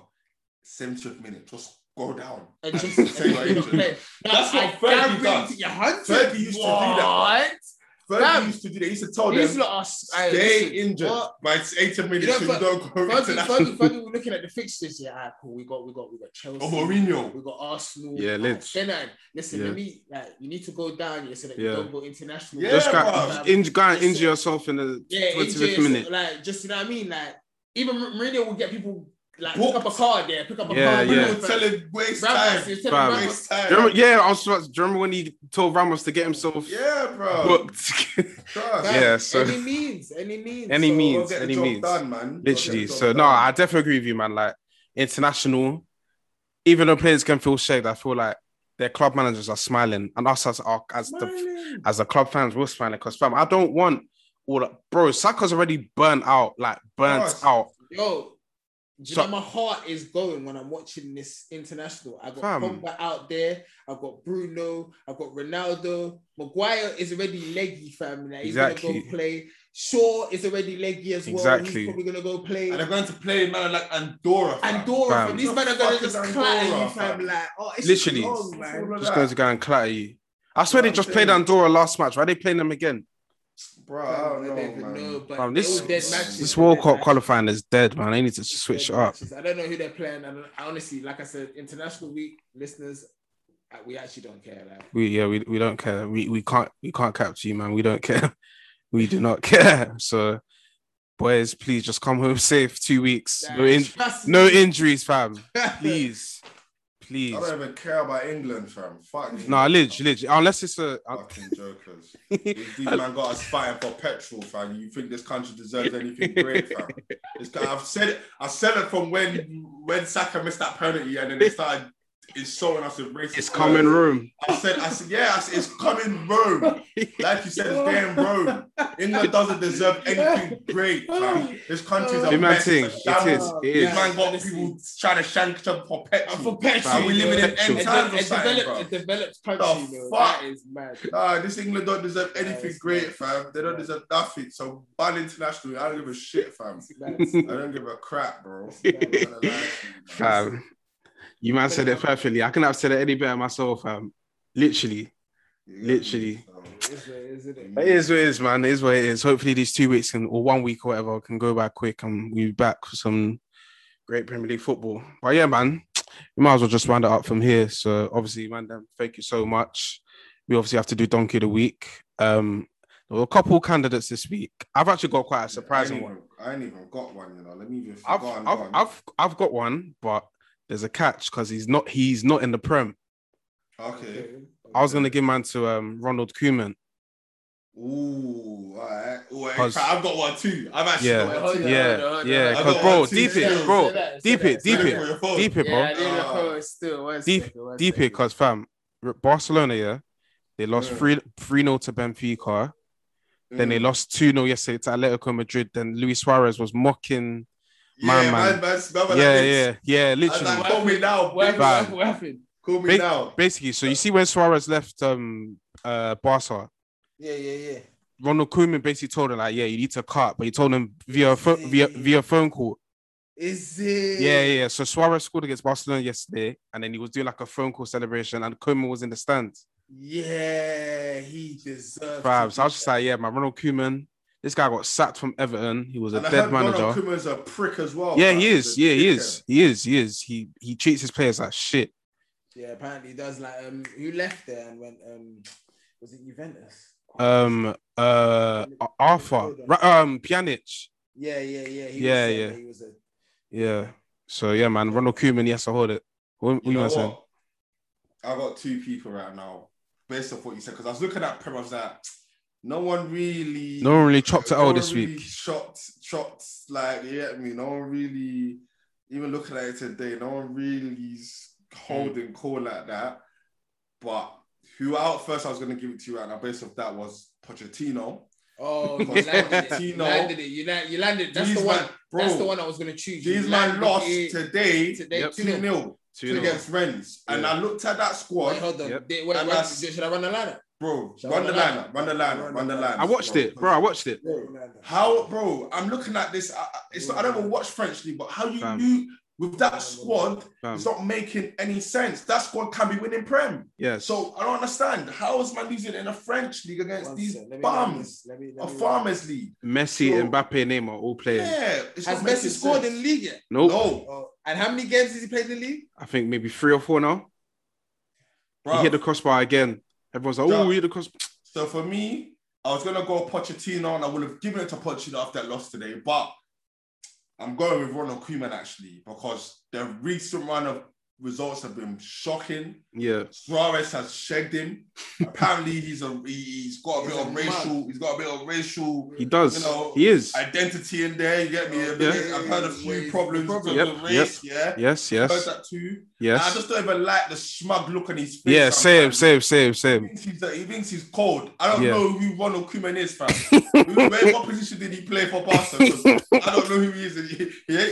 S4: 70th minute, just go down.
S5: And just-
S4: Say what you
S5: and just play.
S4: That's what
S5: I
S4: Fergie does.
S5: guarantee you, 100.
S4: Fergie used to do that. Fergie
S5: Damn.
S4: used to do that. He used to tell
S5: What? These
S4: them,
S5: lot are s-
S4: stay
S5: aye, listen,
S4: injured
S5: what?
S4: by 80th minute,
S5: You know,
S4: so
S5: Fer-
S4: you don't go
S5: Fergie,
S4: international.
S5: Fergie, Fergie, we're looking at the fixtures. Yeah, alright, cool. We got, we got, we got Chelsea.
S4: Or Mourinho.
S5: We got Arsenal.
S3: Yeah, Leeds.
S5: Then I listen.
S3: Yeah.
S5: Let me like you need to go down here so that
S3: Yeah.
S5: you don't go international.
S4: Yeah,
S3: Just
S4: bro.
S3: got inj- go and injure yourself in the
S5: Yeah,
S3: 25th
S5: injured,
S3: minute.
S5: Like just you know what I mean. Like even Mou- Mourinho will get people like
S4: Booked.
S5: pick up a card there, pick up a
S3: Yeah,
S5: card.
S4: People
S3: yeah.
S4: would tell him, waste
S5: Ramos,
S4: time.
S5: he's telling
S3: Fam.
S5: Ramos,
S4: Waste time.
S3: Do you remember- yeah, I was. do you remember when he told Ramos to get himself
S4: Yeah, bro.
S3: booked?
S4: Trust.
S5: fam,
S3: Yeah, so-
S5: any means, any means,
S3: Any
S5: so-
S3: means.
S4: Go get the
S3: any
S4: job
S3: means.
S4: done, man. Go
S3: Literally.
S4: get the job
S3: So no,
S4: done.
S3: I definitely agree with you, man. Like international, even though players can feel shagged, I feel like their club managers are smiling, and us as our, as the
S5: uh, Smiling.
S3: as the club fans will smiling because fam, I don't want all that. Bro, Saka's already burnt out, like burnt
S4: Yes.
S3: out.
S5: Yo, do you
S3: So-
S5: know my heart is going when I'm watching this international. I got
S3: Fam.
S5: Pogba out there. I've got Bruno. I've got Ronaldo. Maguire is already leggy, fam. Like, he's gonna
S3: Exactly.
S5: go play. Shaw is already leggy as well.
S3: Exactly.
S5: He's probably gonna go play.
S4: And they're going to play in man like Andorra. fam.
S5: Andorra,
S3: Fam.
S5: fam. These
S4: What
S5: men
S4: the
S5: are gonna
S4: fuck is
S5: just clatter
S4: Andorra,
S5: you, fam.
S4: fam?
S5: Like, oh, it's
S3: Literally.
S5: long,
S4: It's
S5: man.
S4: all of
S3: Just
S4: that.
S3: going to go and clatter you. I swear
S4: That's
S3: they just
S4: it.
S3: played Andorra last match. Why are they playing them again?
S4: Bro,
S5: Fam,
S4: I don't
S5: I
S4: know,
S5: don't even
S4: man.
S5: know, but
S3: Fam,
S5: they
S3: this
S5: all dead matches,
S3: this
S5: they're
S3: World
S5: dead
S3: Cup
S5: matches.
S3: qualifying is dead, man. They need to switch it
S5: dead
S3: up.
S5: matches. I don't know who they're playing. I, don't, I honestly, like I said, international week listeners, uh, we actually don't care. Like,
S3: We yeah, we, we don't care. We we can't we can't capture you, man. We don't care. We do not care. So boys, please just come home safe. Two weeks. No
S5: like,
S3: in,
S5: trust
S3: no
S5: me.
S3: injuries, fam. Please. Please.
S4: I don't even care about England, fam. Fuck.
S3: No,
S4: England,
S3: literally,
S4: fam.
S3: literally, unless it's a
S4: Fucking jokers. These these man got us fighting for petrol, fam. You think this country deserves anything great, fam? It's, I've said it. I said it from when when Saka missed that penalty, and then they started insulting us with racist.
S3: it's coming room.
S4: I said, I said, yeah, I said, it's coming Rome. Like you said, it's getting Rome. England doesn't deserve anything great, fam. This country's a
S3: Big man
S4: mess.
S3: thing.
S4: it's a
S3: It
S4: shambles.
S3: is. It
S4: This
S3: is.
S4: man got
S5: Honestly.
S4: people trying to shank each other for petrol.
S5: And for petrol,
S4: Are we
S5: yeah.
S4: living in
S3: Petrol.
S4: end
S5: It
S4: times or
S5: de- it
S4: something,
S5: developed, it
S4: bro?
S5: developed country,
S4: The
S5: though.
S4: fuck?
S5: That is mad.
S4: Nah, this England don't deserve anything
S5: it's
S4: great,
S5: mad.
S4: fam. They don't deserve nothing. So ban international. I don't give a shit, fam.
S5: It's mad.
S4: I don't give a crap, bro. I'm not gonna lie to you, man.
S3: Fam. Um, You man said it perfectly. I couldn't have said it any better myself, fam. Literally. literally.
S5: It's what it is, isn't
S3: It is what it is, man. It is what it is. Hopefully these two weeks can, or one week or whatever can go by quick and we'll be back for some great Premier League football. But um, yeah, man, we might as well just round it up from here. So obviously, man, them, thank you so much. We obviously have to do donkey of the week. Um, there were a couple candidates this week. I've actually got quite a surprising
S4: I ain't
S3: one.
S4: even- I ain't even got one, you know. Let me even.
S3: I've,
S4: go on, go
S3: I've,
S4: on.
S3: I've, I've got one, but there's a catch because he's not he's not in the prem.
S4: okay.
S3: I was gonna give mine to um, Ronald Koeman.
S4: Ooh, all right. Ooh, in
S3: 'Cause-
S4: fact, I've got one too. I've actually
S3: Yeah,
S4: got one too.
S3: yeah, yeah,
S4: hold on,
S3: because
S4: hold
S3: bro,
S4: on, two
S3: deep
S4: seconds.
S3: it, bro,
S5: Say that, say
S3: deep
S5: that,
S3: it,
S5: say
S3: deep
S4: Look
S5: that.
S4: for
S3: it,
S4: your phone.
S3: deep it,
S5: Yeah, I
S3: bro,
S5: need a
S4: Uh,
S5: post still. One
S3: deep-
S5: second, one
S3: deep it,
S5: second.
S3: because fam, Barcelona, yeah, they lost
S4: Yeah.
S3: three three 0 to Benfica. Then they
S4: Mm.
S3: lost 2 0 yesterday to Atletico Madrid. Then Luis Suarez was mocking. my
S4: yeah,
S3: man.
S4: man, man, remember
S3: yeah,
S4: Oh, that
S3: yeah, yeah,
S4: I was
S3: literally.
S4: like, call me now,
S5: What
S4: boy.
S5: happened?
S3: Bad.
S5: What happened?
S4: Call me
S3: Big-
S4: now.
S3: Basically, so you see when Suarez left um uh Barca,
S5: Yeah, yeah, yeah.
S3: Ronald Koeman basically told him like, yeah, you need to cut, but he told him via pho- via via phone call.
S5: Is it?
S3: Yeah, yeah. yeah. So Suarez scored against Barcelona yesterday, and then he was doing like a phone call celebration, and Koeman was in the stands.
S5: Yeah, he deserves.
S3: Fam, so I was just like, yeah, my Ronald Koeman. This guy got sacked from Everton. He was a
S4: And I
S3: dead
S4: heard Ronald
S3: manager.
S4: Koeman's a prick as well.
S3: Yeah,
S4: man.
S3: he
S4: He's
S3: is.
S4: a
S3: Yeah, he
S4: dickhead.
S3: is. He is. He is. He he treats his players like shit.
S5: Yeah, apparently he does. Like, um, who left there and went? Um, was it Juventus?
S3: Um, uh, Arthur, Ra- um, Pjanic.
S5: Yeah, yeah, yeah. He
S3: Yeah,
S5: was saying
S3: yeah.
S5: that He was a.
S3: Yeah. So yeah, man, Ronald Koeman. Yes, I hold it. What, what
S4: You
S3: you
S4: know
S3: man saying?
S4: what? I got two people right now, based off what you said, because I was looking at Prem, I was like, no one really.
S3: No one really chopped it
S4: no
S3: out
S4: one
S3: this
S4: really
S3: week.
S4: Chopped, chopped, like, yeah, I mean, no one really, even looking at it today, no one really's holding call like that. But who out first I was going to give it to you right now, based off that, was Pochettino.
S5: Oh, you
S4: Because
S5: landed it. You
S4: Pochettino-
S5: landed it. You, land, you landed. That's
S4: These
S5: the one.
S4: man- bro,
S5: that's the one I was gonna choose. You
S4: These man
S5: landed
S4: lost
S5: it
S4: today,
S5: today.
S3: Yep.
S4: 2
S5: 2-0.
S4: 0 against Rennes. And
S3: Yeah.
S4: I looked at that squad.
S5: Wait, hold on.
S3: Yep.
S5: They- wait,
S4: And
S5: wait,
S4: that's-
S5: should I run the lineup?
S4: Bro,
S5: Shall
S4: run
S5: I
S4: the
S5: run
S4: lineup, run the lineup, run the lineup.
S3: I watched it, bro. I watched it.
S4: How, bro? I'm looking at this. I, I- it's not, I don't even watch French league, but how you
S3: Fam.
S4: knew with that squad,
S3: Fam.
S4: it's not making any sense. That squad can be winning Prem.
S3: Yes.
S4: So I don't understand. How is man losing in a French league against
S5: One
S4: these
S5: sec, let me run
S4: bums?
S5: this. Let me-
S4: A
S5: let me run
S4: farmers league.
S3: Messi,
S4: So-
S3: Mbappe, Neymar all playing.
S4: Yeah. It's
S5: Has
S4: not making
S5: Messi scored
S4: sense.
S5: in the league yet?
S3: Nope.
S4: No,
S5: Oh, and how many games has he played in the league?
S3: I think maybe three or four now. He hit the
S4: bro.
S3: crossbar again. Everyone's like,
S4: Yeah.
S3: oh, he hit the crossbar.
S4: So for me, I was gonna go Pochettino, and I would have given it to Pochettino after that loss today. But I'm going with Ronald Koeman actually because the recent run of results have been shocking.
S3: Yeah.
S4: Suarez has shagged him. Apparently, he's a he, he's got a
S5: He's
S4: bit
S5: a
S4: of racial. He's got a bit of racial
S3: He does.
S4: You know,
S3: he is.
S4: identity in there. You get me? A bit-
S3: Yeah.
S4: I've heard a few
S5: Yeah.
S4: problems in terms
S3: Yep,
S4: of race. Yeah,
S3: yes,
S4: I've heard
S3: yes,
S4: that too. uh, And I
S3: yes.
S4: just don't even like the smug look on his face.
S3: Yeah, same,
S4: sometimes.
S3: same, same,
S4: He
S3: same.
S4: thinks he's, he thinks he's cold. I don't
S3: Yeah.
S4: know who Ronald Koeman is, fam. Who- Where, what position did he play for Barca? 'Cause I don't know who he is. He, he-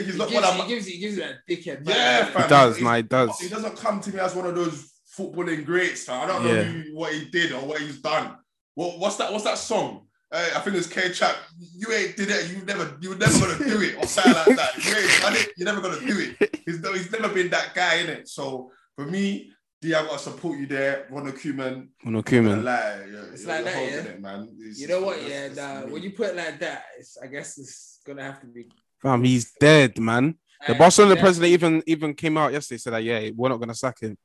S4: he's
S5: He
S4: not
S5: gives,
S4: one of
S5: you,
S4: my-
S5: he gives you, he gives you that dickhead.
S4: Yeah,
S5: vibe.
S4: fam.
S3: He does,
S4: He's-
S3: nah,
S4: he
S3: he does.
S4: doesn't come to me as one of those footballing greats. fam. I don't know
S3: Yeah.
S4: who, what he did or what he's done. What, what's that? What's that song? Uh, I think it's K Trap. You ain't did it. You never. You were never gonna do it or something like that. You ain't done it. You're never gonna do it. He's, no- he's never been that guy in it. So for me, D, I gotta support you there, Ronald Koeman. Like,
S3: Ronald Koeman.
S4: yeah,
S5: It's
S4: you're-
S5: like
S4: you're
S5: that,
S4: holding
S5: yeah?
S4: it, man. It's-
S5: You know what?
S4: that's-
S5: Yeah,
S4: that's
S5: nah,
S4: me.
S5: when you put it like that, it's, I guess it's gonna have to be.
S3: Fam, he's dead, man. The
S5: Aye,
S3: Barcelona
S5: yeah.
S3: president even even came out yesterday said that yeah, we're not gonna sack him.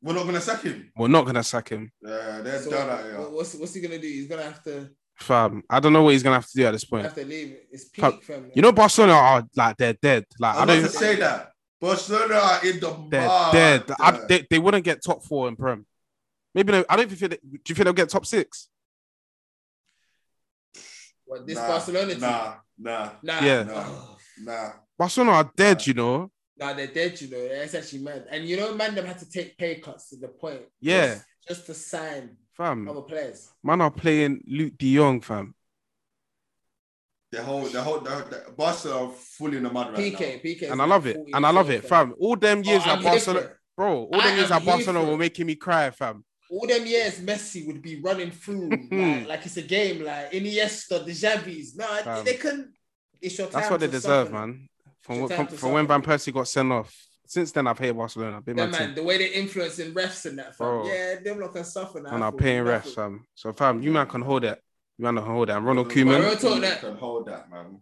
S4: we're not gonna sack him.
S3: We're not gonna sack him.
S4: Yeah, they're
S5: So
S4: done out here.
S5: what- what's what's he gonna do? He's gonna have to
S3: Fam, I don't know what he's gonna have to do at this point.
S5: have to leave. It's
S3: Fam,
S5: peak, fam.
S3: You know, Barcelona are like they're dead. Like
S4: I'm
S3: I
S4: about
S3: don't.
S4: to say that. Barcelona are in the
S3: They're
S4: mud.
S3: dead. I, they, they wouldn't get top four in Prem. Maybe they, I don't even think. They, do you think they'll get top six?
S5: what, this
S4: Nah,
S5: Barcelona team. Nah,
S4: Nah, nah,
S5: nah,
S3: Yeah.
S4: Nah. nah.
S3: Barcelona are
S4: Uh,
S3: dead, you know.
S5: Nah, they're dead, you know. It's actually mad. And you know, man, them had to take pay cuts to the point.
S3: Yeah.
S5: Just, just to sign
S3: Fam,
S5: other players.
S3: man are playing Luke De Jong, fam.
S4: The whole, the whole, the, the Barcelona are fully in the mud right
S5: PK,
S4: now.
S5: PK. is
S3: And I
S5: like
S3: love it.
S5: 40
S3: And I love it,
S5: years old,
S3: fam. All them years
S5: Oh, I'm
S3: at
S5: here for
S3: Barcelona,
S5: it.
S3: bro. All
S5: I
S3: them years
S5: am
S3: at
S5: here
S3: Barcelona
S5: for it.
S3: were making me cry, fam.
S5: All them years, Messi would be running through like, like it's a game, like Iniesta, the Xavi's. No, nah,
S3: Fam.
S5: they couldn't. It's your time.
S3: That's what they
S5: to
S3: deserve,
S5: suffer.
S3: man. From
S5: It's
S3: what,
S5: your
S3: from,
S5: time to
S3: from when Van
S5: suffer.
S3: Persie got sent off, since then I've hated Barcelona. Big man,
S5: That man,
S3: team.
S5: the way they're influencing refs and that, fam.
S3: Bro.
S5: Yeah, them lot can suffer now.
S3: and are
S5: fam.
S3: paying refs,
S5: Nothing.
S3: fam. So, fam, you man can hold it. You man can hold it. And Ronald
S4: But
S5: Koeman.
S4: real
S3: Koeman,
S4: talk, that- Can hold that, man.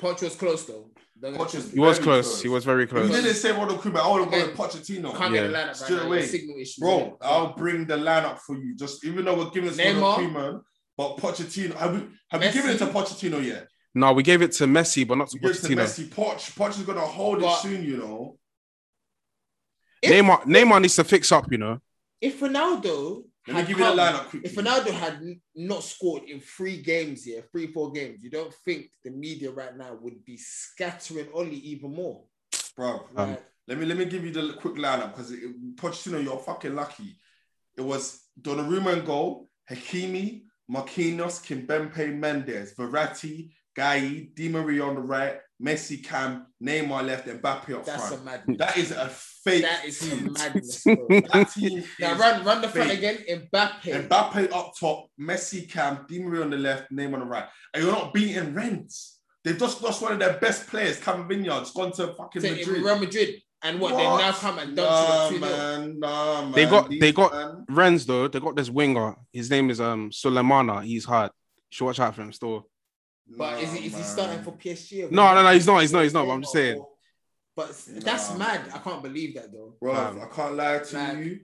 S5: Poch was close though. Don't get it
S4: Poch is
S5: twisted.
S3: He was
S4: very
S3: close. He was very
S4: You
S3: close.
S4: didn't say Ronald Koeman. I would have
S5: Okay.
S4: gone with Pochettino.
S5: Can't get the lineup right
S4: Straight
S5: now.
S4: away.
S5: Signal issues.
S4: Bro, I'll bring the lineup for you. Just even though we're giving it to
S5: Neymar?
S4: Ronald Koeman, but Pochettino, have we, have you
S5: Messi?
S4: given it to Pochettino yet?
S3: No, we gave it to Messi, but not to
S4: We gave it to
S3: Pochettino.
S4: Messi. Poch, Poch is gonna hold
S5: But-
S4: it soon, you know.
S5: If-
S3: Neymar, Neymar needs to fix up. You know,
S5: if Ronaldo
S4: Let me
S5: had
S4: give you the
S5: come-
S4: lineup quickly.
S5: if Ronaldo had n- not scored in three games here, three four games, you don't think the media right now would be scattering Oli even more?
S4: bro,
S3: Um,
S5: Like,
S4: let me let me give you the quick lineup because Pochettino, you're fucking lucky. It was Donnarumma in goal, Hakimi, Marquinhos, Kimbempe, Mendes, Verratti, Gai, Di Maria on the right, Messi, Cam, Neymar left, and Mbappe up
S5: that's
S4: front.
S5: a madness.
S4: that is a fake
S5: That is
S4: team.
S5: some madness. Bro.
S4: that team.
S5: now
S4: is-
S5: run, run the front
S4: Fake.
S5: again. Mbappe.
S4: Mbappe up top, Messi, Cam, Di Maria on the left, Neymar on the right, and you're not beating Rennes. They've just lost one of their best players, Cam Vineyard's gone to fucking
S5: to
S4: Madrid.
S5: Real Madrid. And what, they
S4: What?
S5: now come and
S4: Nah,
S5: dunk you at 2 0.
S4: man, nah, man.
S3: They got-
S4: These
S3: they got-
S4: man-
S3: Rennes though they got this winger. His name is um Sulemana. He's hard. You should watch out for him still.
S5: But
S4: nah,
S5: is, he, is he
S4: man.
S5: starting for PSG? or-
S3: No, no, no, he's not. He's not. He's not. But I'm just saying.
S5: But s- that's
S4: Nah.
S5: mad. I can't believe that though.
S4: Bro,
S3: Um,
S4: I can't lie to
S5: Like-
S4: you.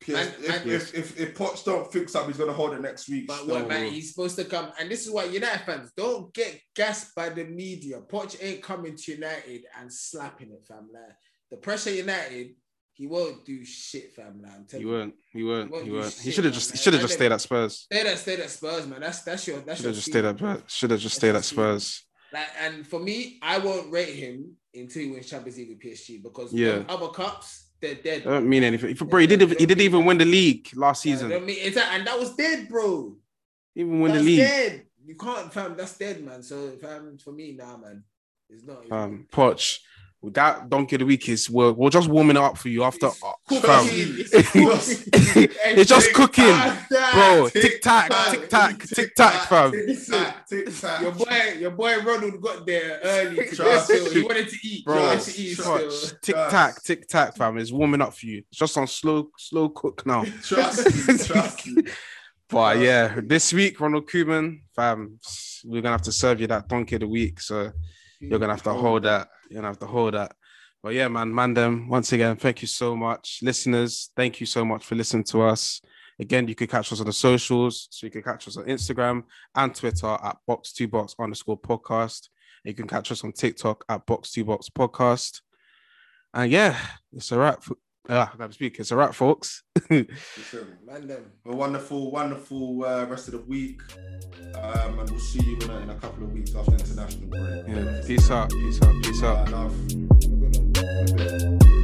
S4: PS-
S5: Man-
S4: if,
S5: man-
S4: if, if if Poch don't fix up, he's gonna hold it next week.
S5: But
S4: still.
S5: what man, he's supposed to come, and this is why United fans don't get gassed by the media. Poch ain't coming to United and slapping it, fam. Like the pressure United, he won't do shit, fam. Like, I'm telling
S3: He
S5: you.
S3: weren't. He weren't.
S5: Well,
S3: He
S5: you
S3: weren't. He
S5: shit,
S3: should have
S5: man,
S3: just. He
S5: man.
S3: should have
S5: Like
S3: just
S5: that-
S3: stayed at Spurs.
S5: Stay there, stay there, Spurs, man. That's that's your that's
S3: Should have
S5: your
S3: just stayed
S5: season,
S3: at.
S5: bro.
S3: Should have just
S5: That's
S3: stayed
S5: your
S3: at Spurs.
S5: Like, and for me, I won't rate him until he wins Champions League with PSG because
S3: Yeah.
S5: them other cups, they're dead.
S3: That don't mean anything. If- Bro, he did. He didn't even win the league last
S5: Like,
S3: season.
S5: don't mean- it's like- and that was dead, bro.
S3: Even win the
S5: that's
S3: league.
S5: dead. You can't, fam. That's dead, man. So, fam, for me, nah, man. It's not. it's not-
S3: Um, Poch, that donkey of the week is we're, we're just warming it up for you after.
S5: It's
S3: uh,
S5: cooking.
S3: fam.
S5: It's cooking.
S3: it's just cooking, bro.
S4: Tick,
S3: Tic tac,
S4: tac,
S3: tic tac, tic tac, fam.
S4: Tick tack, tick tack.
S5: Your boy, your boy Ronald got there early. Today,
S4: Trust.
S5: still. He wanted to eat.
S3: Bro,
S5: he wanted to eat still.
S3: Poch, tic tac, tic tac, fam. It's warming up for you. It's just on slow, slow cook now.
S4: Trust me, trust me.
S3: But yeah, this week Ronald Koeman, fam, we're gonna have to serve you that donkey of the week. So you're gonna have to hold that. You're gonna have to hold that. But yeah, man, Mandem, once again, thank you so much. Listeners, thank you so much for listening to us. Again, you can catch us on the socials. So you can catch us on Instagram and Twitter at box2box underscore podcast. And you can catch us on TikTok at box2box podcast. And yeah, it's a wrap. fo- Ah, I gotta speak. It's a wrap, folks.
S4: Listen,
S5: Man, them.
S4: A wonderful, wonderful uh, rest of the week. Um, and we'll see you in a, in a couple of weeks after international break.
S3: Yeah, peace out, peace out, peace out.
S4: Love.